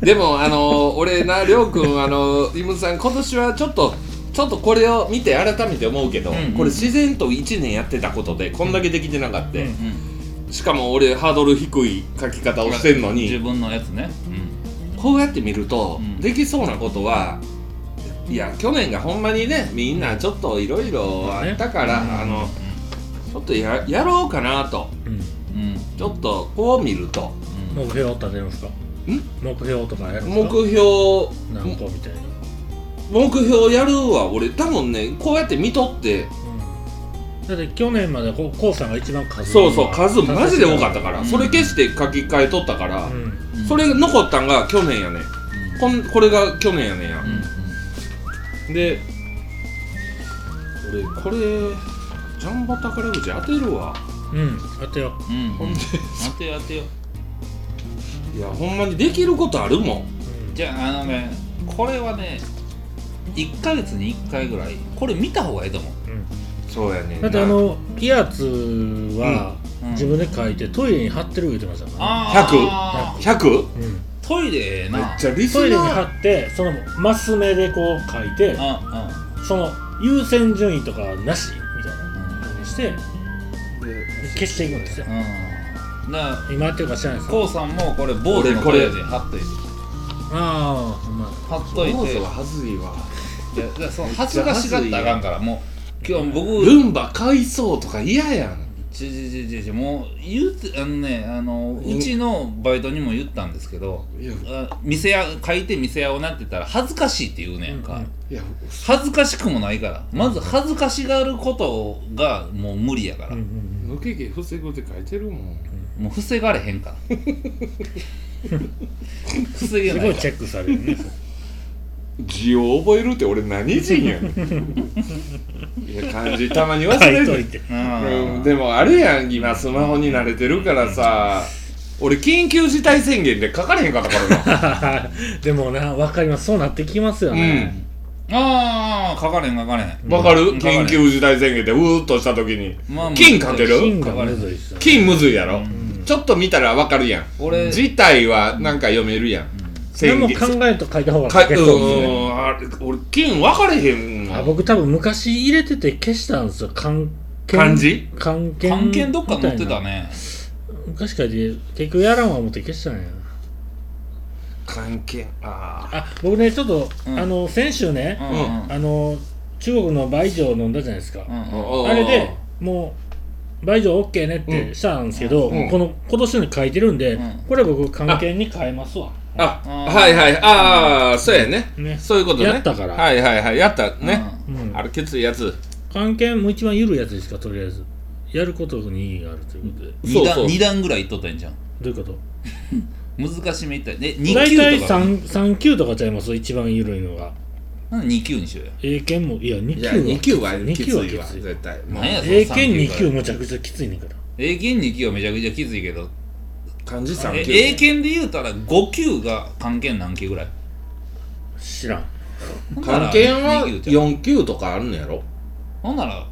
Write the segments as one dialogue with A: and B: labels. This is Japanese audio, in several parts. A: でもあの俺なりょうくんあのイムズさん今年はちょっとちょっとこれを見て改めて思うけど、
B: うんうん
A: これ自然と1年やってたことでこんだけできてなかった、
B: うん
A: しかも俺ハードル低い書き方をしてんの
B: 自
A: に
B: 分のやつね、
A: こうやって見ると、
B: うん
A: できそうなことはいや去年がほんまにねみんなちょっといろいろあったから、あのちょっとややろうかなと
B: うんうん
A: ちょっとこう見ると
B: うん
C: 目標を立てるんですか目標とかやるんです
A: 目
C: か
A: 標
C: 何個みたいな、
A: 目標やるは俺多分ねこうやって見とって
C: だって去年までこうこうさんが一番数
A: そうそう数マジで多かったから、
B: うん
A: それ消して書き換えとったから、
C: うん
B: うん
A: それが残ったんが去年やね
B: うん
A: こんこれが去年やねんや、
B: うんうん
A: で俺これジャンボ宝くじ当てるわ
C: うん当てよ
B: うん
A: ほんで
B: 当てよ当てよ
A: いやほんまにできることあるもん
C: う、うん
B: じゃああのねこれはね1ヶ月に1回ぐらいこれ見た方がいいと思う、
A: そうやねん
C: だ
A: な
C: ってあのピアツは
B: うん
C: 自分で書いてトイレに貼ってる言ってましたからね
B: あ
A: 100?
C: うん
B: ートイレ
A: め
B: な
A: っちゃリス
C: トイレに
A: ナ
C: 貼
A: ー
C: ってそのマス目でこう書いて
B: あ
C: その優先順位とかなしみたいな感じにして消していくんですよ
B: うんうんうんだか
C: 今やってるか知らないで
B: ら
C: すよ
B: こうさんもこれ坊主のトイレで貼っといて
C: ああほんま
B: 貼っ
A: そ
B: と
A: う
B: いて
A: そうははずいわ
B: いやだからその恥ずかしがったらあかんからもう今日僕
A: ルンバ買いそうとか嫌やん
B: ちちちちちもう言うてあのねあのうちのバイトにも言ったんですけど
A: いや
B: あ店屋書いて店屋をなって言ったら恥ずかしいって言うねんか、
C: うんうん
A: いや
B: 恥ずかしくもないからまず恥ずかしがることがもう無理やから、
C: うんうん
A: 抜け毛防ぐって書いてるもん
B: もう防がれへん から防
C: う
B: げ
C: んす
B: な
C: ご
B: い
C: い
B: か
C: チェックされるよ ね
A: 字を覚えるって俺何人やねんいや漢字たまに忘
C: 書
A: れ
C: い
A: る
C: といて
B: ら
A: うん、でもあれやん今スマホに慣れてるからさ俺緊急事態宣言で書かれへんかったからな
C: でもな分かりますそうなってきますよ
A: う
C: ね、
A: ん
B: ああ書かれへん書かれへん
A: わかる、
B: うん
A: 緊急事態宣言でうーっとした時に、
B: まあまあ
A: 金書ける
C: 金がむずいっすよね
A: 金むずいやろ、
C: ん
A: ちょっと見たらわかるやん
B: 俺
A: 事態はなんか読めるやん、
C: 何
A: 宣
C: も
A: 言
C: 考えんと書いた方が
A: か
C: 書け
A: う
C: そうですね
A: ーんあれ俺金分かれへんわ
C: あ僕多分昔入れてて消したんですよ関係
A: 漢字
C: 関係
B: 関係どっか載ってたね
C: 昔からで結局やらんは思って消したんや
A: 関係ああ
C: あ僕ねちょっと、
B: うん
C: あの先週ね
B: う、ん
C: あの中国の倍錠飲んだじゃないですか、
B: うんうん
A: あ
C: あれでもう倍錠 OK ねってしたんですけど、
A: うん
C: この今年のに書いてるんで、
B: うん
C: これ僕関係に変えますわ
A: あ
B: あー
A: はいはいああそうやね
C: ね
A: そういうことね
C: やったから
A: はいはいはいやった
B: うん
A: ね、
C: うん
A: あれきついやつ
C: 関係も一番緩いやつですかとりあえずやることに意義があるということで、
B: 二
A: そうそう
B: 段二段ぐらいいっとったんじゃん
C: どういうこと
B: 難しめいったね2
C: 大
B: 級
C: 体
B: とか
C: 3 3級とかちゃいます一番緩いのが
B: なんで2級にしようよ
C: 英検もいや2
A: いや
C: 級は
A: 2級は
C: 二
A: きつ
C: 級はい
A: わ
C: きつい
A: 絶対もう
B: 何やその
C: 英検
B: 三
C: 2級
B: から
C: むちゃくちゃきついねんから
B: 英検2級はめちゃくちゃきついけど
A: 漢字
B: え
A: 3級
B: 英検で言うたら5級が関係何級ぐらい
C: 知らん
A: 漢検は
B: 二級じゃん
A: 4級とかあるんやろ
B: ほんなら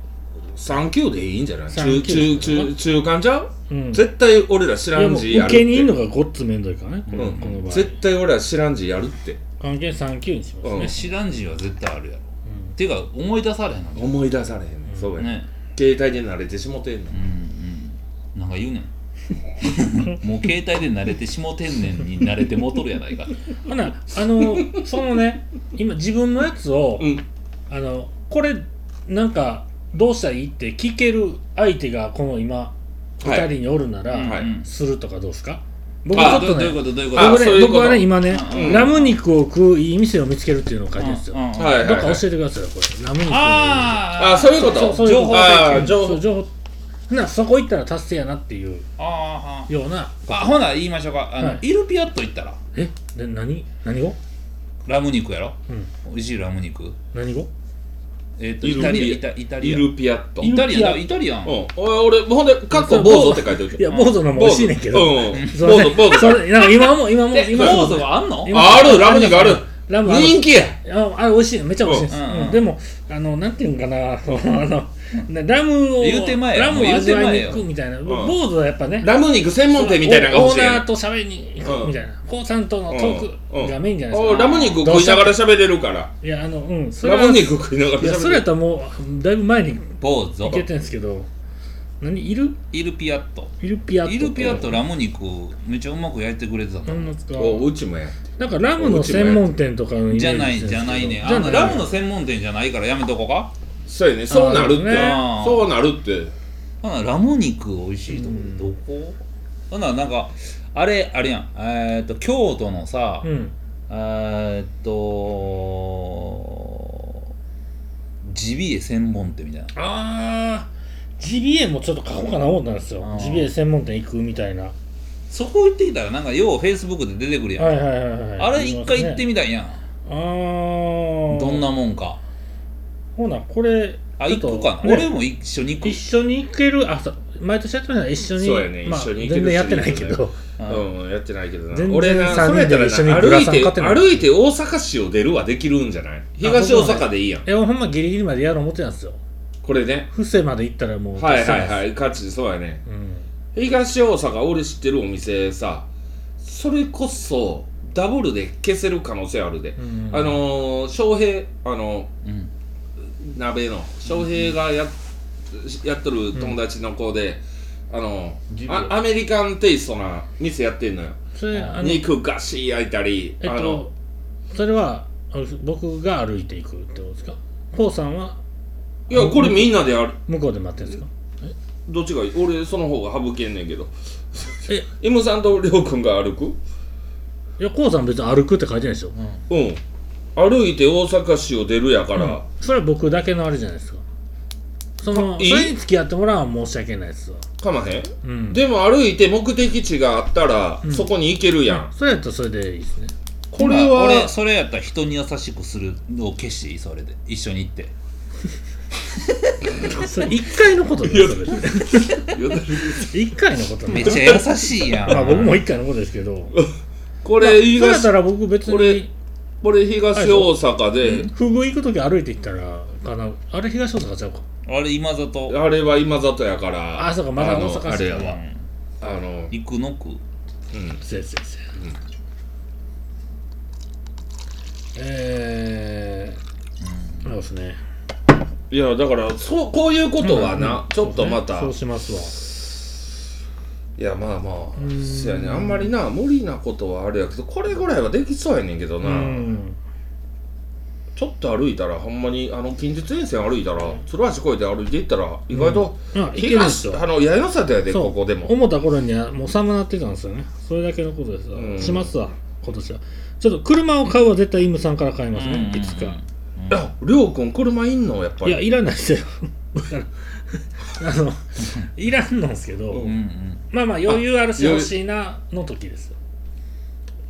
A: 3級でいいんじゃない中
C: 三級
A: 中中中間じゃう
C: うん
A: 絶対俺ら知ら
C: で
A: ん
C: も
A: 字や
C: 受
A: るって
C: けにいんのがごっつめんどいからね、
A: う
C: この
A: ん
C: この場合
A: 絶対俺ら知らん字やるって
C: 関係3級にします
A: うん
C: ね、
B: 知らん人は絶対あるやろていうか思い出されへんの
A: 思い出されへんねんそうやね
B: ね
A: 携帯で慣れてしもてんの
B: うんうんなんか 言うねんもう携帯で慣れてしもてんねんに慣れてもうとるやないか
C: ほなあのそのね今自分のやつを、
A: うん
C: あのこれなんかどうしたらいいって聞ける相手がこの今
A: は
C: 2
A: い
C: 人におるなら、
B: うんうん
C: するとかどうですか
B: ど
C: 僕ちょっと
B: どう
C: ね
B: いうことどういうこと
A: あ
C: 僕
A: そう
C: ね
A: いうこと
C: 僕はね今ね、
B: うん
C: ラム肉を食ういい店を見つけるっていうのを書いてるんですよ、
B: うんうん
A: はいはい
C: ど
A: は
C: っ
A: い
C: か教えてくださいよこれラム肉
B: あー
A: あそういうこと
C: そうそういうこと
A: あー
C: 情
A: 情
C: 報
A: 報
C: 情報なそこ行ったら達成やなっていう
B: あー
C: ような
B: あーあほな言いましょうかあの、
C: はい
B: イルピアット行ったら
C: えで何何語
B: ラム肉やろ
C: うん
B: 美味しいラム肉
C: 何語
B: えっ、と
A: イルピア
B: イタリアイタイタ
A: イ
B: リア
A: ルピアットう
B: イ
A: ん
B: タリアンだ
C: イ
B: イタリアン
A: 俺ほんでかっこ坊主って書いてるけ
C: い
A: ど
C: や坊主のも美味しいねんけど、
A: うん
C: すいません
A: 坊主坊主
C: それなんか今も今も
B: え
C: 今
B: 坊
C: も
B: 主があんの
C: 今
A: ああるラム肉ある
C: ラムあの
A: 人気や
C: ああれ美味しいめっちゃ美味しいです、
B: うん
C: うん
B: うん
C: でもあのなんていうんかなそのあのなラムを
B: 言うて前や
C: ラ
B: も
C: ムを
B: う言う
C: 味
B: て
C: わ
B: 前
C: い
B: や
C: に行くみたいな、
A: ん
C: 坊主はやっぱね
A: ラム肉専門店みたいなのが
C: オ
A: 欲し
C: ー
A: い
C: ナー
A: や
C: と喋りに行
A: う
C: く
A: ん
C: みたいな、高さんとのトークがメインじゃ
A: ん
C: ないです
A: お
C: か、
A: ラム肉食いながら喋れるから
C: いやあのうんそれ
A: ラ
C: は
A: ム
C: い
A: 肉食いながら喋れ
C: や
A: る
C: それやったらもうだいぶ前に
B: ポーズ
C: 行けてんですけど何いる
B: イルピアット
C: イルピアット
B: イルピアットラム肉めっちゃうまく焼いてくれてた
C: な
B: の
C: んですか
A: おうちもや
C: なんかラムの専門店とかのイメージ
B: じゃな
C: で
B: い
C: すけど
B: じゃないね
C: じゃ
B: あ
C: な
B: の
C: い
B: ラムの専門店じゃないからやめとこうか
A: そうやねそうなるって
B: あー
A: そうなるって
B: ほなラム肉美味しいとこどこほななんかあれあれやんえーっと京都のさ
C: うん
B: えーっとジビエ専門店みたいな
C: ああジビエもちょっと書こうかな思ったんですよ
B: あー
C: ジビエ専門店行くみたいなは
B: そこ行ってきたらなんかようフェイスブックで出てくる
C: い
B: やん、
C: はいはいはい
B: あれ一回行ってみたいやん、
C: あー
B: どんなもんか
C: ほなこれ
B: あ
C: ち
B: 行
C: ょっと
B: くかな、
C: ね
B: 俺も一緒に行く
C: 一緒に行けるあそう毎年やってるのは一緒に
A: そうやね
C: まあ、
A: 一緒に行ける
C: 全然やってないけ
A: シリー
C: ど
B: うん
A: うんやってないけど
C: 全
A: な
C: 然
A: 俺な
C: 三
A: それやっ
C: 人で
A: たら
C: 一緒に
A: な
C: グラ
A: 歩い
C: サン
A: て
C: 買ってない
A: 歩いて大阪市を出るはできるんじゃない東大阪でいいやん
C: えほんまギリギリまでやろう思ってたんですよ
A: これね
C: 布施まで行ったらもう
A: はいはい
C: い、
A: はい価値そうやね
C: うん、
A: 東大阪俺知ってるお店さそれこそダブルで消せる可能性あるで、
C: うん
A: あのー翔平あの
B: うん
A: 鍋の翔平がや,、やっとる友達の子で、あの
B: ジビエ
A: あアメリカンテイストな店やってんのよ
C: それあのえっ
A: 肉ガシ焼いたり、あの
C: とそれはあの僕が歩いていくってことですかポーさんはい
A: やこれみんなでやる
C: 向こうで待ってるんですか
A: どっちがいい俺その方が省けんねんけど
C: え
A: M さんとりょうくんが歩く
C: いや、こうさん別に歩くって書いてないでしょ。
A: うん歩いて大阪市を出るやから、
C: それは僕だけのあれじゃないですか。その、
A: あいい
C: それに付き合ってもらうのは申し訳ないですわ。
A: かまへん
C: うん。
A: でも歩いて目的地があったら、
C: ん
A: そこに行けるやん。
C: それやったらそれでいいですね。
A: これ
B: まあ
A: は
B: 俺、それやったら人に優しくするのを消していいそれで一緒に行って
C: それ一回のことですよ、別に一回のこと
B: めっ
C: ね。
B: ちゃ優しいやん
C: まあ 僕も一回のことですけど。
A: こ
C: まあ
A: れ
C: そうやっ
A: 東、
C: たら僕別
A: これ
C: に、
A: これ東大阪で、
C: フグ行くとき歩いて行ったら、かな。あれ東大阪ちゃうか。
B: あれ今里
A: あれは今里やから。
C: あそうかまだ
A: あの
C: 大阪
A: あ
C: 市
A: れ
C: や
A: や
C: わ
A: わ。
B: うん
A: あの、
B: 行くのく
A: うん。
C: せやせやせや。えー、そうですね。
A: いや、だから、そう、こういうことはな、ちょっとまた、
C: そうしますわ。
A: いや、まあま
C: う
A: あ、
C: ん
A: そやね。あんまりな、無理なことはあれやけど、これぐらいはできそうやねんけど
C: う
A: な。
C: ん。
A: ちょっと歩いたら、ほんまに、あの、近日沿線歩いたら、鶴橋越えて歩いていったら、意外と、
C: うんうんいけるんです
A: 東、
C: よ
A: あの、八重の里やで、
C: そう
A: ここでも。
C: 思った頃にはもう寒なってたんですよねそれだけのことですわ、
A: うん
C: しますわ今年はちょっと車を買うは絶対イムさんから買います
B: うん
C: ねいつか
A: いや、りょうくん、車いんのやっぱ
C: い
A: り。
C: やいらないですよ あのいらんなんですけど、
A: う
B: うんうん
C: まあまあ余裕あるし
A: あ余裕
C: 欲しいなの時ですよ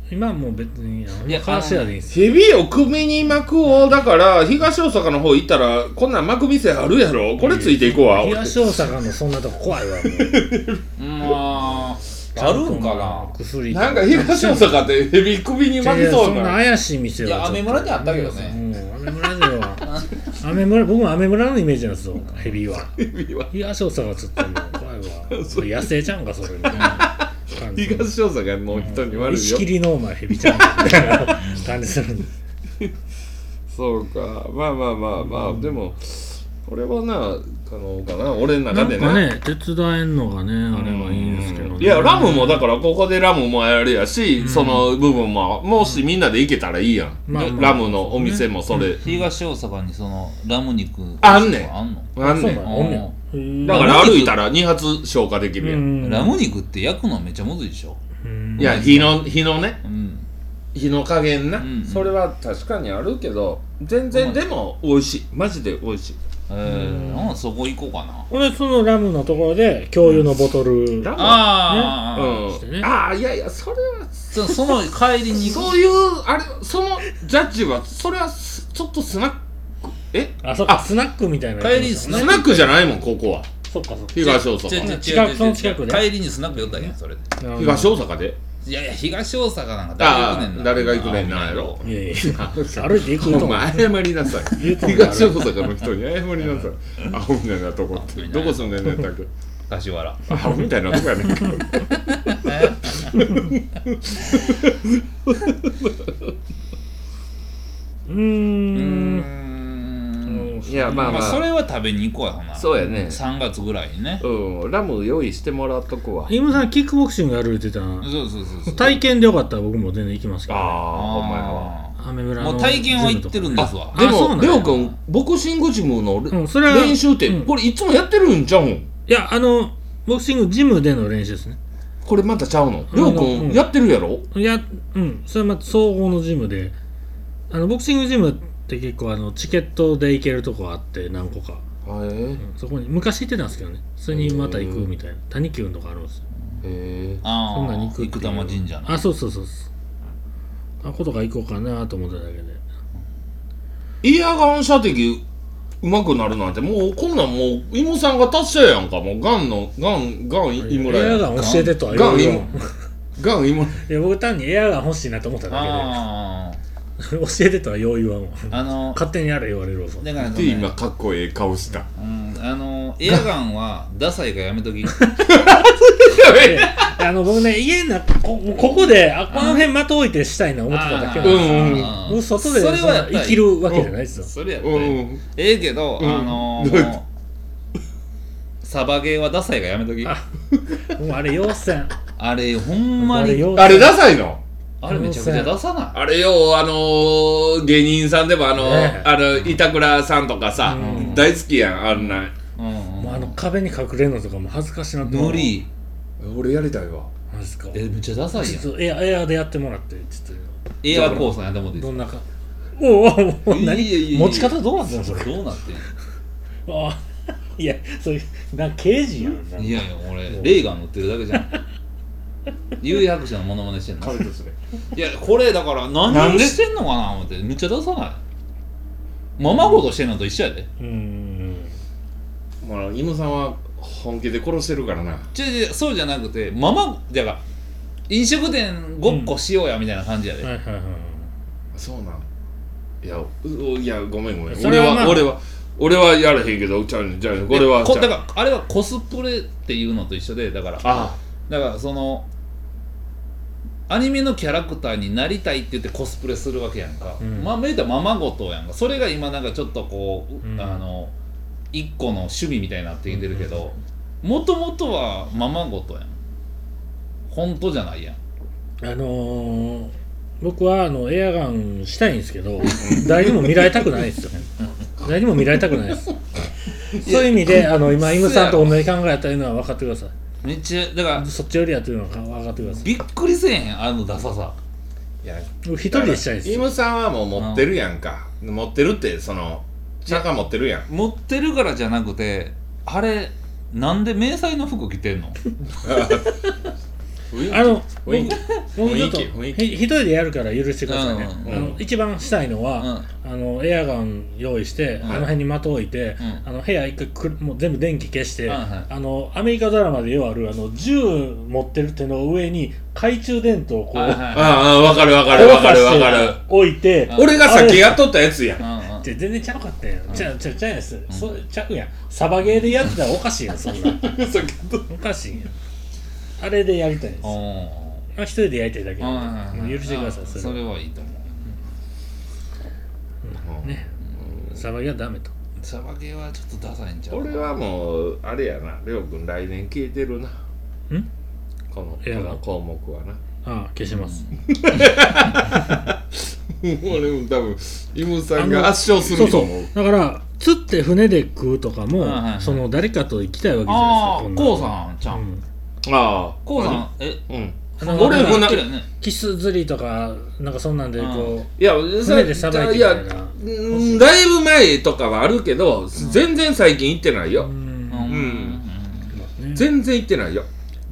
C: 今はもう別にあの
B: いや
C: カーシェアでいいんですよ
A: ヘビを組に巻くをだから東大阪の方行ったらこんなん巻く店あるやろこれついていこうわ俺
C: 東大阪のそんなとこ怖いわもう
B: まああるんかな
C: 薬
A: なんか東大阪ってヘビ首に巻
C: い
A: き
C: や
A: そ
C: そ
A: うん
C: な
A: な
C: 怪しい店はい
B: やアメ村であったけどね
C: うんアメ村ではアメ村僕もアメ村のイメージなんですよヘビは
A: ヘビは
C: 東大阪ちょっともう怖いわそれ野生ちゃうんかそれみたいな感じ
A: 東大阪の人に悪い
C: 石
A: よ
C: 切りのお前ヘビちゃうんかみたいな感じするんです
A: そうかまあまあまあまあでもこれはな可能かな俺の
C: な
A: 中
C: ん
A: で
C: か
A: な
C: ね手伝えんのがねあれはいいんですけどね
A: いやラムもだからここでラムもやるやしその部分ももしみんなで行けたらいいやん
C: まあまあ
A: ラムのお店もそれ
B: 東大阪にそのラム肉
A: あんねん
B: あんの
A: あん
C: そ
A: ね
C: うんな
A: だ
C: んおんねん
A: から歩いたら2発消化できるやん、
C: うん
B: ラム肉って焼くのめっちゃむずいでしょ
C: うん
A: いや火の火のね
B: うん
A: 火の加減な、
B: うんうん
A: それは確かにあるけど全然でも美味しいマジで美味しい
B: えーなんかそこ行こうかな
C: ほんでそのラムのところで共有のボトル
A: ラムは
B: あ
A: う
B: ーあーあー
C: して
A: ん
C: ね
A: ああいやいやそれは
B: そその帰りに行く
A: そういうあれそのジャッジはそれはすちょっとスナックえ
C: あそっか
A: あ
C: スナックみたいなやつ
B: 帰り
A: ス
B: スナック
A: ナックじゃないもんここは
C: そっかそっか
A: 東大
B: 違う違う違
A: 阪
B: う違う
C: 近くその近くで
B: 帰りにスナック寄ったんやんそれで
A: 東大阪で
B: いやいや東大阪なんか
A: あ
B: 誰行くね
A: あ
B: んな
A: 誰が行くねんなんやろ
C: いやいや誰で行く
A: お
C: と
A: 前謝りなさい
C: 言うとんねん
A: 東大阪の人に謝りなさいアホみたいなとこってどこ住んでんねんやったっけ
B: 柏原
A: アホみたいなとこやねんけど
C: うー
B: うー
C: ん
B: ん
A: いやま
B: ま
A: あ
B: あ、
A: まあ
B: それは食べに行こうやほな
A: そうやね
B: 3月ぐらいにね
A: うんラム用意してもらっとくわ
C: 今さんキックボクシングやるって言って
B: そうそうそうそう
C: たな体験でよかったら僕も全然行きますけどね、
A: ああお前は
B: あ
C: 雨村
B: ー
C: の
B: もう体験は行ってるんですわ
C: あ
A: で
C: そうな
A: も、
C: ん
A: レ
C: や
A: オ君、ボクシングジムの
C: う
A: れ
C: んそれは
A: 練習って、
C: うん
A: これいつもやってるんじゃうん
C: いやあのボクシングジムでの練習ですね
A: これまたちゃうの
C: うん
A: レオ
C: う
A: 君、
C: ん
A: やってるやろ
C: いやうんそれはまた総合のジムであのボクシングジムって結構あのチケットで行けるとこあって何個か、
A: へ
C: うんそこに昔行ってたんですけどねそれにまた行くみたいな谷久のとこあるんですよ
A: えへ
B: あ
C: そんな
B: ー
C: 肉ってい
B: 生
C: う
B: 玉神社の
C: あそうそうそうそうあことか行こうかなと思っただけで
A: えエアガン射的うまくなるなんてもうこんなんもうイモさんが達成やんかもうガンのガンガンイモラ
C: エア
A: やん
C: ガン教えてとは言
A: ガ
C: わ
A: ン
C: ん
A: イモガン
C: よ
A: イモラ
C: いや僕単にエアガン欲しいなと思っただ
B: あ
C: けで教えてとはよう言わんわ
B: ああの
C: 勝手にやれ言われるわ
B: だからその
A: で今かっこええ顔した
B: うんあのエアガンはダサいからやめとき
C: であの僕ね家なこここであこの辺的置いてしたいな思ってただけなん
A: う
C: で
A: ん
C: す
B: あー
C: 僕外で
B: それはやっ
C: そ
B: ぱ
C: ん
B: り
C: な生きるわけじゃないですよ
B: それやった
A: う
B: ら
A: んう
B: え
A: ん
B: えけど、
A: うん
B: あの
A: どう
B: ー、
A: やっ
B: もうサバゲーはダサいからやめときあ
C: あもうあれ要戦
B: れほんま
C: あれ
B: に
C: 要戦
A: あれダサいの
B: あれめちゃくちゃダサない
A: あれよあのー、芸人さんでもあのー
C: ねえ
A: あの板倉さんとかさ、
C: うん
A: 大好きやんあんな
B: うんうん
C: もうあの壁に隠れるのとかも恥ずかしなって
B: 無理
A: 俺やりたいわ
C: マジっすか
B: えめっちゃダサいやん
C: ちょっとエアエアでやってもらってちょっと
B: エアコーさんやったもんです
C: どんなかもうもう
B: いやいやい
C: 何
B: や
C: 持ち方どうなってんのそれ
B: どうなってんの
C: あいやそれなんか刑事やんない
B: やいや俺レーガン乗ってるだけじゃん有役者のモノマネしてんのいやこれだから
A: な
B: 何
A: ん
B: を
A: で
B: してんのかな思ってめっちゃ出さないままごとしてんのと一緒やで
C: うーん
A: まあ、イムさんは本気で殺してるからな。
B: ちょいちょいそうじゃなくてままだから飲食店ごっこしようやみたいな感じやで、
C: はいはいはい
A: そうなん。いや、ういや、ごめんごめん。
C: そ
A: 俺
C: れは
A: は、
C: まあ俺
A: 俺は、俺はやらへんけど、ちゃうねんちゃうねんこれは。
B: でこ
A: ちゃう
B: だからあれはコスプレっていうのと一緒でだから
A: あ
B: だからそのアニメのキャラクターになりたいって言ってコスプレするわけやんか、
C: うん
B: まあ言うたらままごとやんかそれが今なんかちょっとこう、
C: うん
B: あの一個の趣味みたいになってきてるけどもともとはままごとやん本当じゃないやん
C: あのー、僕はあのエアガンしたいんですけど誰にも見られたくないですよ誰にも見られたくないですそういう意味であの今イムさんと同じ考えやというのは分かってくださ
B: めっちゃだから
C: いそっちよりやというのは分かってくださ
B: びっくりせえへんあのダサさ
A: いや、
C: い僕一人でしたいんです
A: イ
C: よ
A: ムさんはもう持ってるやんか。持ってるって、その、チャカ持ってるやん。
B: 持ってるからじゃなくてあれなんで迷彩の服着てん の
C: あの
A: 雰囲気
C: 僕もうちょっと
A: 雰囲気雰囲気
C: ひ一人でやるから許してくださいね、
B: うん
A: うん
C: あの一番したいのは、あのエアガン用意して、
B: うん
C: あの辺に的置いて、
B: うん
C: あの部屋一回くるもう全部電気消して、
B: はいはい
C: あのアメリカドラマでようあるあの銃持ってる手の上に懐中電灯をこう、
B: はいはいはい
A: ああ、わかるわかる
C: 動
A: わか
C: か
A: る
C: し
A: わ
C: て
A: かる。
C: 置いて
B: うん
A: 俺がさっきやっとったやつやん。
B: うんうん
C: じゃ全然ちゃうかったやん、ちゃうちゃうちゃうやんす、そうちゃうやんサバゲーでやってたらおかしいやんそんなおかしいやんあれでやりたいんですよ
B: おー
C: あ一人でやりたいだけなんでもう
B: 許
C: 許してください
B: それはいいと思う
C: ね、サバゲーはダメと。
B: サバゲーはちょっとダサいんちゃう
A: 俺はもう、あれやな、レオ君来年消えてるな。この、こ
C: エアガ
A: の
C: ン
A: 項目はな。
C: ああ、消します。
A: 俺も多分、イムさんが圧勝す
C: そう
A: ると
C: そう
A: 思う。。
C: だから、釣って船で食うとかも、
B: はいはいはい
C: その誰かと行きたいわけじゃ
B: あ
C: な
B: あ
C: いですか。
B: コウ
C: ん
B: さんちゃん
A: ああ。
B: コウさんえ
A: うん。
C: な。うん、あの
A: 俺
C: なんか
A: こんな
B: 言ってるよね
C: キス釣りとか、なんかそんなんで、こう、
A: いや、
C: 船でさばいてみたいな。
A: うんだいぶ前とかはあるけど、全然最近行ってないよ、
C: うん
B: うん
A: ん
C: ね
A: 全然行ってないよ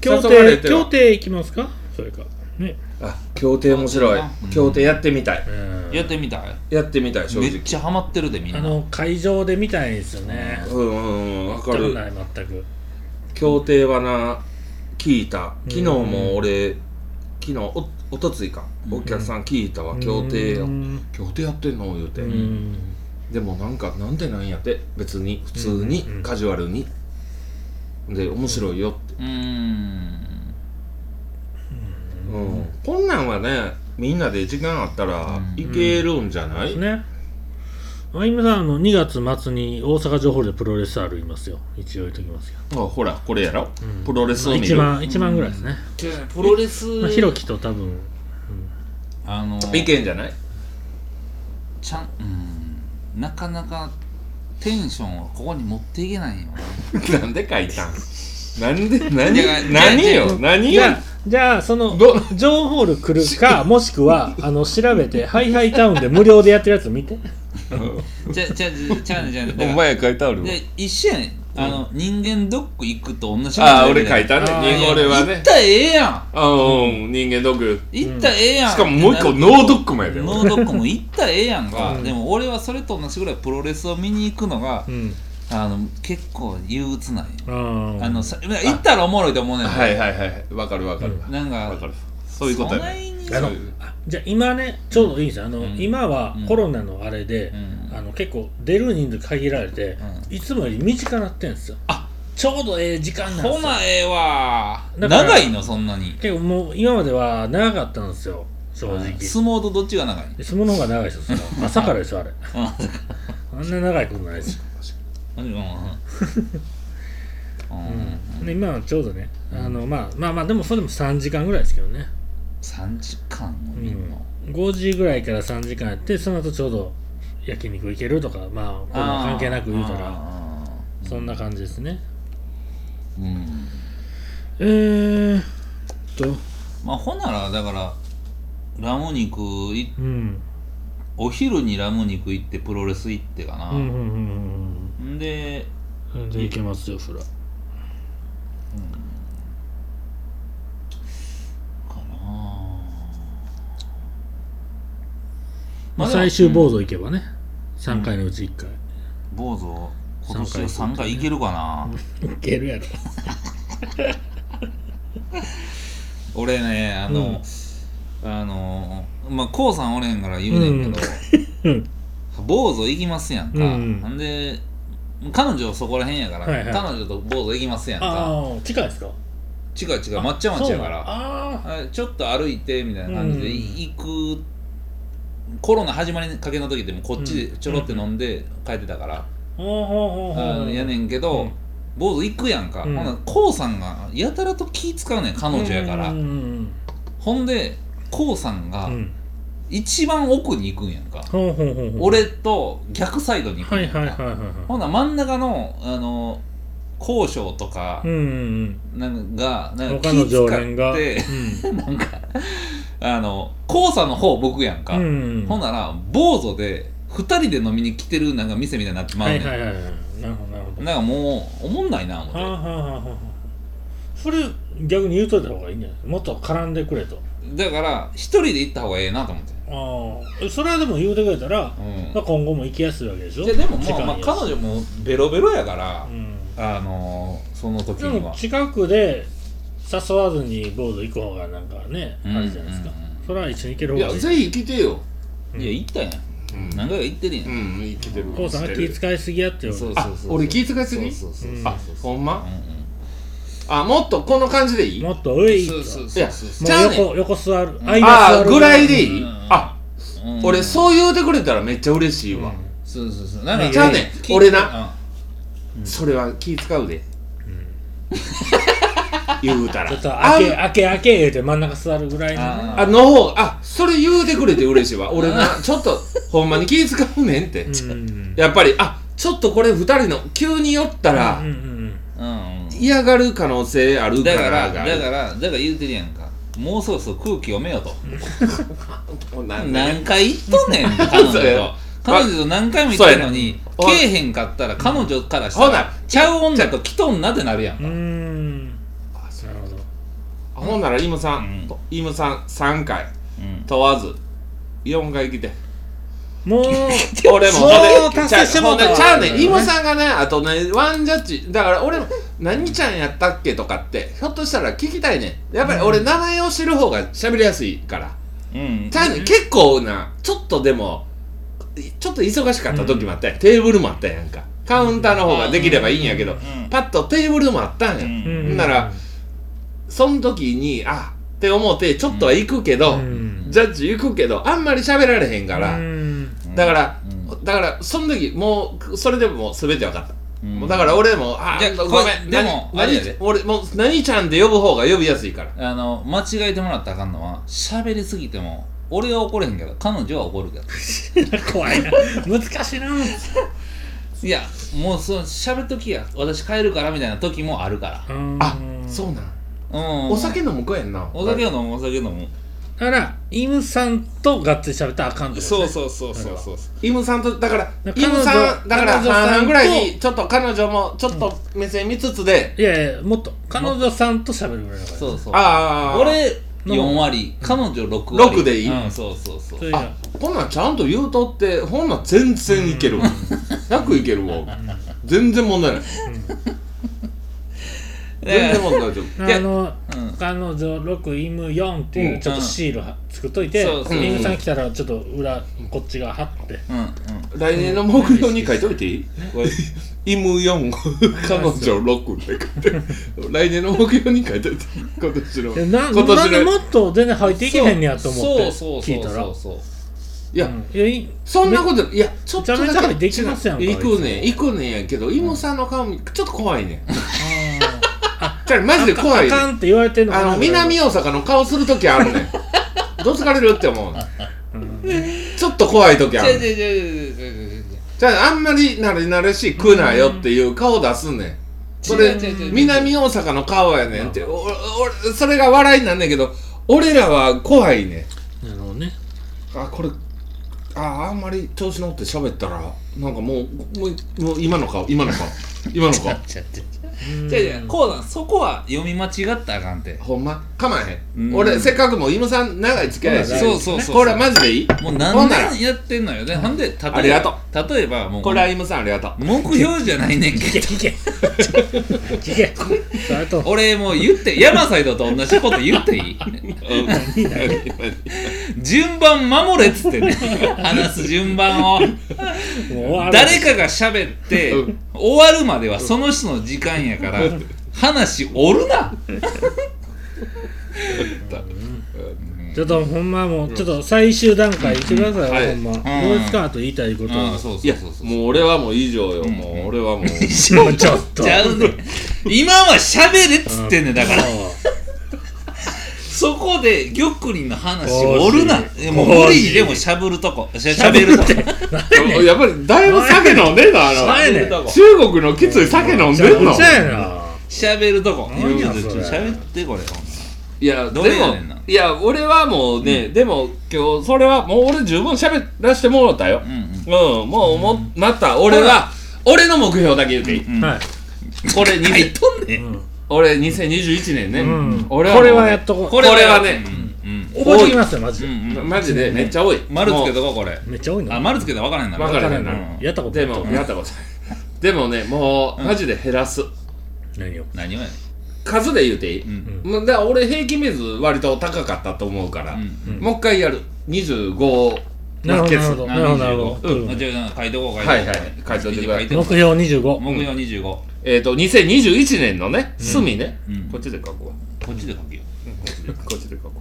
C: 協
A: 誘われ
C: 定、
A: ては
C: 協定行きますかそれか。ね。
A: あ協定面白い、
B: うん
A: 協定やってみたい
C: うん
B: やってみたい
A: やってみたい正
B: めっ
A: 直
B: ちゃハマってるでみん
C: あ
B: な
C: の、会場で見たいですよね。
A: うんうんうんわか
C: わ
A: る
C: ない、全く。
A: 協定はな聞いた昨日も俺、昨日おおとついか
B: うん
A: お客さん聞いたわ協定や
C: うん
A: 協定やってんの言うて、
C: うん
A: でもなんかなんでなんやって別に普通に、
C: うんうん
A: カジュアルにで面白いよって、
B: うーん
A: うんこんなんはねみんなで時間あったら
B: うん
A: いけるんじゃない、
C: ねあ今さんあの2月末に大阪城ホールでプロレスあるいますよ一応言っときますけど、
A: あほらこれやろ、
C: うん
A: プロレスを見
C: 1
A: る、
C: 万一万ぐらいですね、
B: プロレス
C: まあ、ひろきと多分
B: あの
A: いけんじゃ ない
B: ちゃんうんなかなかテンションをここに持っていけないよね
A: なんで書いたんなんで何
B: いや
A: 何
B: いや
A: よ何
C: じ
A: よ
C: ゃあじゃあその
A: ど
C: 城ホール来るかもしく はあの調べてハイハイタウンで無料でやってるやつ見て
B: じゃじゃじゃじゃねじゃねだから
A: お前書いてあるわ
B: で一緒やねんあの、人間ドック行くと同じ
A: ああ俺書いたね
C: あー
A: 人間俺は
B: 行
A: ね
B: ったらええやん
A: あうん人間ドッグ
B: 行ったらええやん、
A: しかももう一個ノードックもやで
B: ノ
A: 俺
B: ードックも行ったらええやんが、
C: うん
B: でも俺はそれと同じぐらいプロレスを見に行くのが、
C: うん
B: あの結構憂鬱なんよ、
C: あ
B: あのさ行ったらおもろいと思うねん
A: はいはいはいわかるわかる
C: うん
B: なん
A: わ
B: か
A: かるそういうことやね
B: そ
C: あ
B: ない
C: の
B: に
C: じゃあ今ねちょうどいいんですよあの、
B: うん
C: 今はコロナのあれで、
B: うん
C: あの結構出る人数限られて、
B: う
C: いつもより短なってんですよ
B: あ
C: ちょうどええ時間なんで
B: ほ
C: すよ
B: なええわ
C: だから
B: 長いのそんなに
C: 結構もう今までは長かったんですよ正
B: 相
C: 直
B: 撲とどっちが長い
C: で相撲の方が長いですよそれは朝からですよあれあんな長いことないですよ、
B: うんうんうんうん
C: うん、で今はちょうどねあの、まあ、まあまあでもそれでも3時間ぐらいですけどね、
B: 3時間も
C: う
B: 見んの、
C: ん、5時ぐらいから3時間やってその後ちょうど焼肉行けるとかまあこんな関係なく言うたら
B: あ
C: そんな感じですね
B: ーうん
C: えーっと
B: まあほならだからラム肉い
C: うん
B: お昼にラム肉行ってプロレス行ってかな、
C: うんうんうんうん
B: んで
C: うん全然いけますよそら
B: かな
C: まあ
B: でも
C: 最終ボード行けばね3回のうち1回、
B: 坊主今年
C: 三回
B: 3
C: 行く
B: 回行けるかな、
C: いけるやろ
B: 俺ねあの、あのまあこうさんおれへんから言うねんけ
C: う
B: ど、
C: ん
B: 坊主行きますやんか、
C: うん
B: んで彼女そこらへんやから、
C: はいはい
B: 彼女と坊主行きますやんか
C: ああ近いですか
B: 違う違う抹茶町やから
C: あ
B: あちょっと歩いてみたいな感じで
C: うん
B: 行く、コロナ始まりかけの時でもこっちでちょろって飲んで帰ってたから、
C: ほうほうほう
B: あ
C: ほ
B: の
C: う
B: やね
C: ん
B: んけど、
C: うん
B: 坊主行くやんか、
C: うん
B: ほなこうさんがやたらと気使うねん彼女やから、
C: うんうん
B: ほんでこうさん
C: うんう
B: が
C: んうん
B: 一番奥に行くんやんか、
C: ほうほうほうほう
B: 俺と逆サイドに行くん
C: はい
B: やんか、
C: はいはいはいは
B: ほな真ん中のあの交渉とか
C: いうんうん
B: なんかが
C: う
B: なんんか
C: 他の常連が
B: 気使って
C: う
B: なんかあのこうさんの方僕やんか、
C: んうん
B: ほんなら坊主で2人で飲みに来てるなんか店みたいになってまう
C: は
B: ね
C: い
B: ん、
C: はいはいはいなるほどなるほど
B: なんかもうおもんないな思って
C: はあ、はあはあはあそれ逆に言うといた方がいいんじゃないもっと絡んでくれと
B: だから一人で行った方がええなと思って、
C: ああそれはでも言うてくれたら、
B: う
C: まあ、今後も行きやすいわけでしょ
B: ん、じゃあでもまあ、まあ、
C: 時間やし
B: 彼女もベロベロやから、
C: うん
B: あのー、その時
C: で
B: に
C: も
B: は
C: 近くで誘わずにボード行く方がなんかね、
B: うん
C: あるじゃないですか、
B: うん
C: それは一緒に行ける
A: い
C: 方が
A: や
C: いい
A: ぜひ来てよ
B: いや行ったやん、
A: うん
B: 何回か行ってるやん、
A: うん生きてる
C: こうさんが気遣いすぎやってよ
B: そう
A: あ俺気遣いすぎ
B: そうそうそう
C: うん
A: あほんま
B: うんうん
A: あもっとこの感じでいい
C: もっと上い
B: そう
C: と
B: そう
A: いや
B: そうそう
A: じゃあ
C: もう
A: ね
C: 横横座る間座
A: あ
C: る
A: あぐらいでいい、
B: うん
A: あ
B: うん
A: 俺そう言うてくれたらめっちゃ嬉しいわ、
B: そうそうそうなん
A: いや
B: か
A: いやいや
B: 聞いて
A: 俺なそれは気使うで、 言うたら
C: ちょっと
A: あ
C: 開け開け開け言うて真ん中座るぐらいのね
B: あ
A: あの方あそれ言うてくれて嬉しい わ俺なちょっとほんまに気使うねんって、
C: うん
A: やっぱりあちょっとこれ二人の急に寄ったら、
C: うんう
B: う
C: ん
B: んうんうん
A: 嫌がる可能性あるか
B: だかららだからだから言うてるやんかもうそろそろ空気読めよと
A: もうなんで
B: 何回言っとんねん
A: そ
B: 彼
A: う
B: 女
A: や
B: と彼女と何回も言ってるのに
A: そ
B: け
A: うやね
B: えへんかったら彼女からし
A: ほ
B: た
A: な
B: らちゃう女と来とんなってなるやん
C: う
B: か
C: ん
A: あそう
C: なるほど
A: あほんならイムさ
B: うん
A: ん、イムさん3回
B: うん
A: 問わず4回来て
C: もう、
A: 俺もほん
B: そう
A: で
B: 達
A: ちゃ
B: 成
A: う
B: して
A: ほ
B: も
A: ん
B: う
A: で
B: たわ
A: ちゃうねんイムさんがねあとねワンジャッジだから俺も何ちゃんやったっけとかってひょっとしたら聞きたいねんやっぱり俺名前を知る方が喋りやすいから
B: うん
A: ちゃうねん結構なちょっとでもちょっと忙しかった時もあったやん、テーブルもあったやんかカウンターの方ができればいいんやけど、
B: うん
A: パッとテーブルもあったんや、
B: うん
A: ほんなら、その時にあって思ってちょっとは行くけど、
C: うん
A: ジャッジ行くけどあんまり喋られへんから、
C: うん
A: だから、
B: う
A: だからその時もうそれでももう全て分かった、
B: うん
A: もうだから俺もあ
B: いや
A: ーご
B: こ
A: めん
B: でも
A: 何
B: あれや
A: 何
B: で
A: 俺もう何ちゃんで呼ぶ方が呼びやすいから
B: あの間違えてもらったらあかんのは喋りすぎても俺は怒れへんけど彼女は怒るけど
C: 怖いな。難しいな。
B: いやもうその喋る時や私帰るからみたいな時もあるか
A: あそうなん、
B: らうん
A: お酒飲む子やんな
B: お酒を飲むお酒を飲む
C: だから、イムさんとがっつり喋ったらあかんってこと、ね。
B: うそうそうそう
A: イムさんとだから
C: 彼
A: イ
C: 女
A: ムさんだから
C: 彼女さんと
A: 半々ぐらいにちょっと彼女もちょっと目線見つつで、
C: いやいや、もっと、彼女さんと喋るぐらいだから。
B: そうそう
A: ああ
B: 俺
C: の
B: 4割彼女6割
A: 六でいい
B: うんそうそうそう
C: それじ
A: あ
C: ゃ
A: こんなんちゃんと言うとってほんなん全然いけるわ楽いけるわ全然問題ない全然問題ないちょっ
C: あ
A: といや
C: の、
B: うん
C: 彼女6イム4って
A: う
C: い
A: ん
C: うちょっとシールは作っといて、
B: そうそう
C: イムさん来たらちょっと裏こっち側貼って
B: うんうん
A: 来年の目標に書いといていいイム4彼女6って書 いて来年の目標に書いといて今年の
C: えな
A: 今
C: なんで
A: 年
C: も
A: の
C: っと全然入っていけへんねやと思って
B: そう
C: 聞いたら
B: そうそうそう
A: いや
C: うんいやい
A: そんなこといやちょっと
C: めちゃめちゃできますやんか
A: 行くねん行くねんやけどイムさんの顔見ちょっと怖いねんじゃマジで怖
C: あ
A: いねん
C: かんって言われてんのか
A: あ
C: な
A: の南
C: を
A: 大阪の顔するときあるねんどつかれるって思うのちょっと怖いときあ
B: 違う
A: る
B: 違う違う違う違う違う違う
A: じゃああんまり慣れ慣れしくなよっていう顔出すねんそれ
B: 違う違う違う
A: 南大阪の顔やねんっておおそれが笑いなんねんけど俺らは怖いねん
C: なるほどね
A: あこれああんまり調子乗って喋ったらなんかもうもうもう今の顔今 の顔今の顔
B: 違う違う違う
C: うん
B: じゃじゃこうなんそこは読み間違ったらあかんて
A: ほんまかまへ
B: うんん
A: 俺せっかくもうイムさん長い付き合いやし
C: そう
B: そうそうそう
A: これはマジでいい
B: も
A: ほ
B: う何
A: んなら
B: 年やってんのよねほんで例えば
A: ありがと
B: 例えばもう
A: これはイムさんありがとう
B: 目標じゃないねんけど
C: 聞け聞けそれと
B: 俺もう言って山サイドと同じこと言っていい 順番守れっつってね話す順番を
C: もう
B: 誰かが喋って
A: うん
B: 終わるまではその人の時間やから話折るな
C: ちょっとほんまもうちょっと最終段階行ってください、
A: はい
C: ほんま、
B: ん
C: どうですかあと言いたいこと
B: うん
C: は、
B: そう
A: い
B: そう
A: や
B: そうそう
A: もう俺はもう以上よ、もう俺はもう
C: もうちょっと
B: ちゃうね今は喋れっつってんねんだからそこで玉林の話折るな
C: 惜しい
B: えもう無理にでもしゃぶるとこしゃしゃべるとこ
A: やっぱりだいぶ酒飲んでんのあ
C: 何やねん
A: の中国のきつい酒飲んでんの
C: そうやな
B: しゃべるとこ
C: 何やそれ
B: しゃべってこれ
A: いやで
B: ど
A: も
B: れやねんない
A: や俺はもうね、でも今日それはもう俺十分喋らせてもらったよ
B: うんうん
A: うん、もうもうまた俺は俺の目標だけ言っていい、
B: うん
C: はい、
A: これ
B: 入っ
A: 2000
B: とんねん
C: うん
A: 俺2021年ね、
C: うん
A: 俺はもう
C: こ
A: ね
C: れはやっとこう
A: これはね、
B: うん
C: 覚えてきますよマジ
B: う
C: で、
B: んうん
A: マジでめっちゃ多い
B: 丸つけ
A: も
B: とここれ
C: めっちゃ多いの
B: あ丸つけたら分からへんな
A: 分からへんな
B: うん
C: やったこ
A: う
C: とな
A: で
C: い
A: もやったことないでもねもうマジで減らす、
C: 何を
B: 何をやね
A: 数で言うていい、
B: んうん
A: もうだから俺平均ベース割と高かったと思うから、
B: うん
C: うん
A: もう一回やる25
C: なるほどなるほど
A: は
C: なるほどなるほど、
B: うんあじゃあ書いとこう書いと
A: い
B: こう
A: はい書いといてくださ
B: 書
A: い
B: いて
C: 目標25
B: 目標25こ
A: えっ、ー、と2021年のね隅ね、
B: うん
A: こっちで書くわ
B: っちで書けよ
A: こっちで書くわ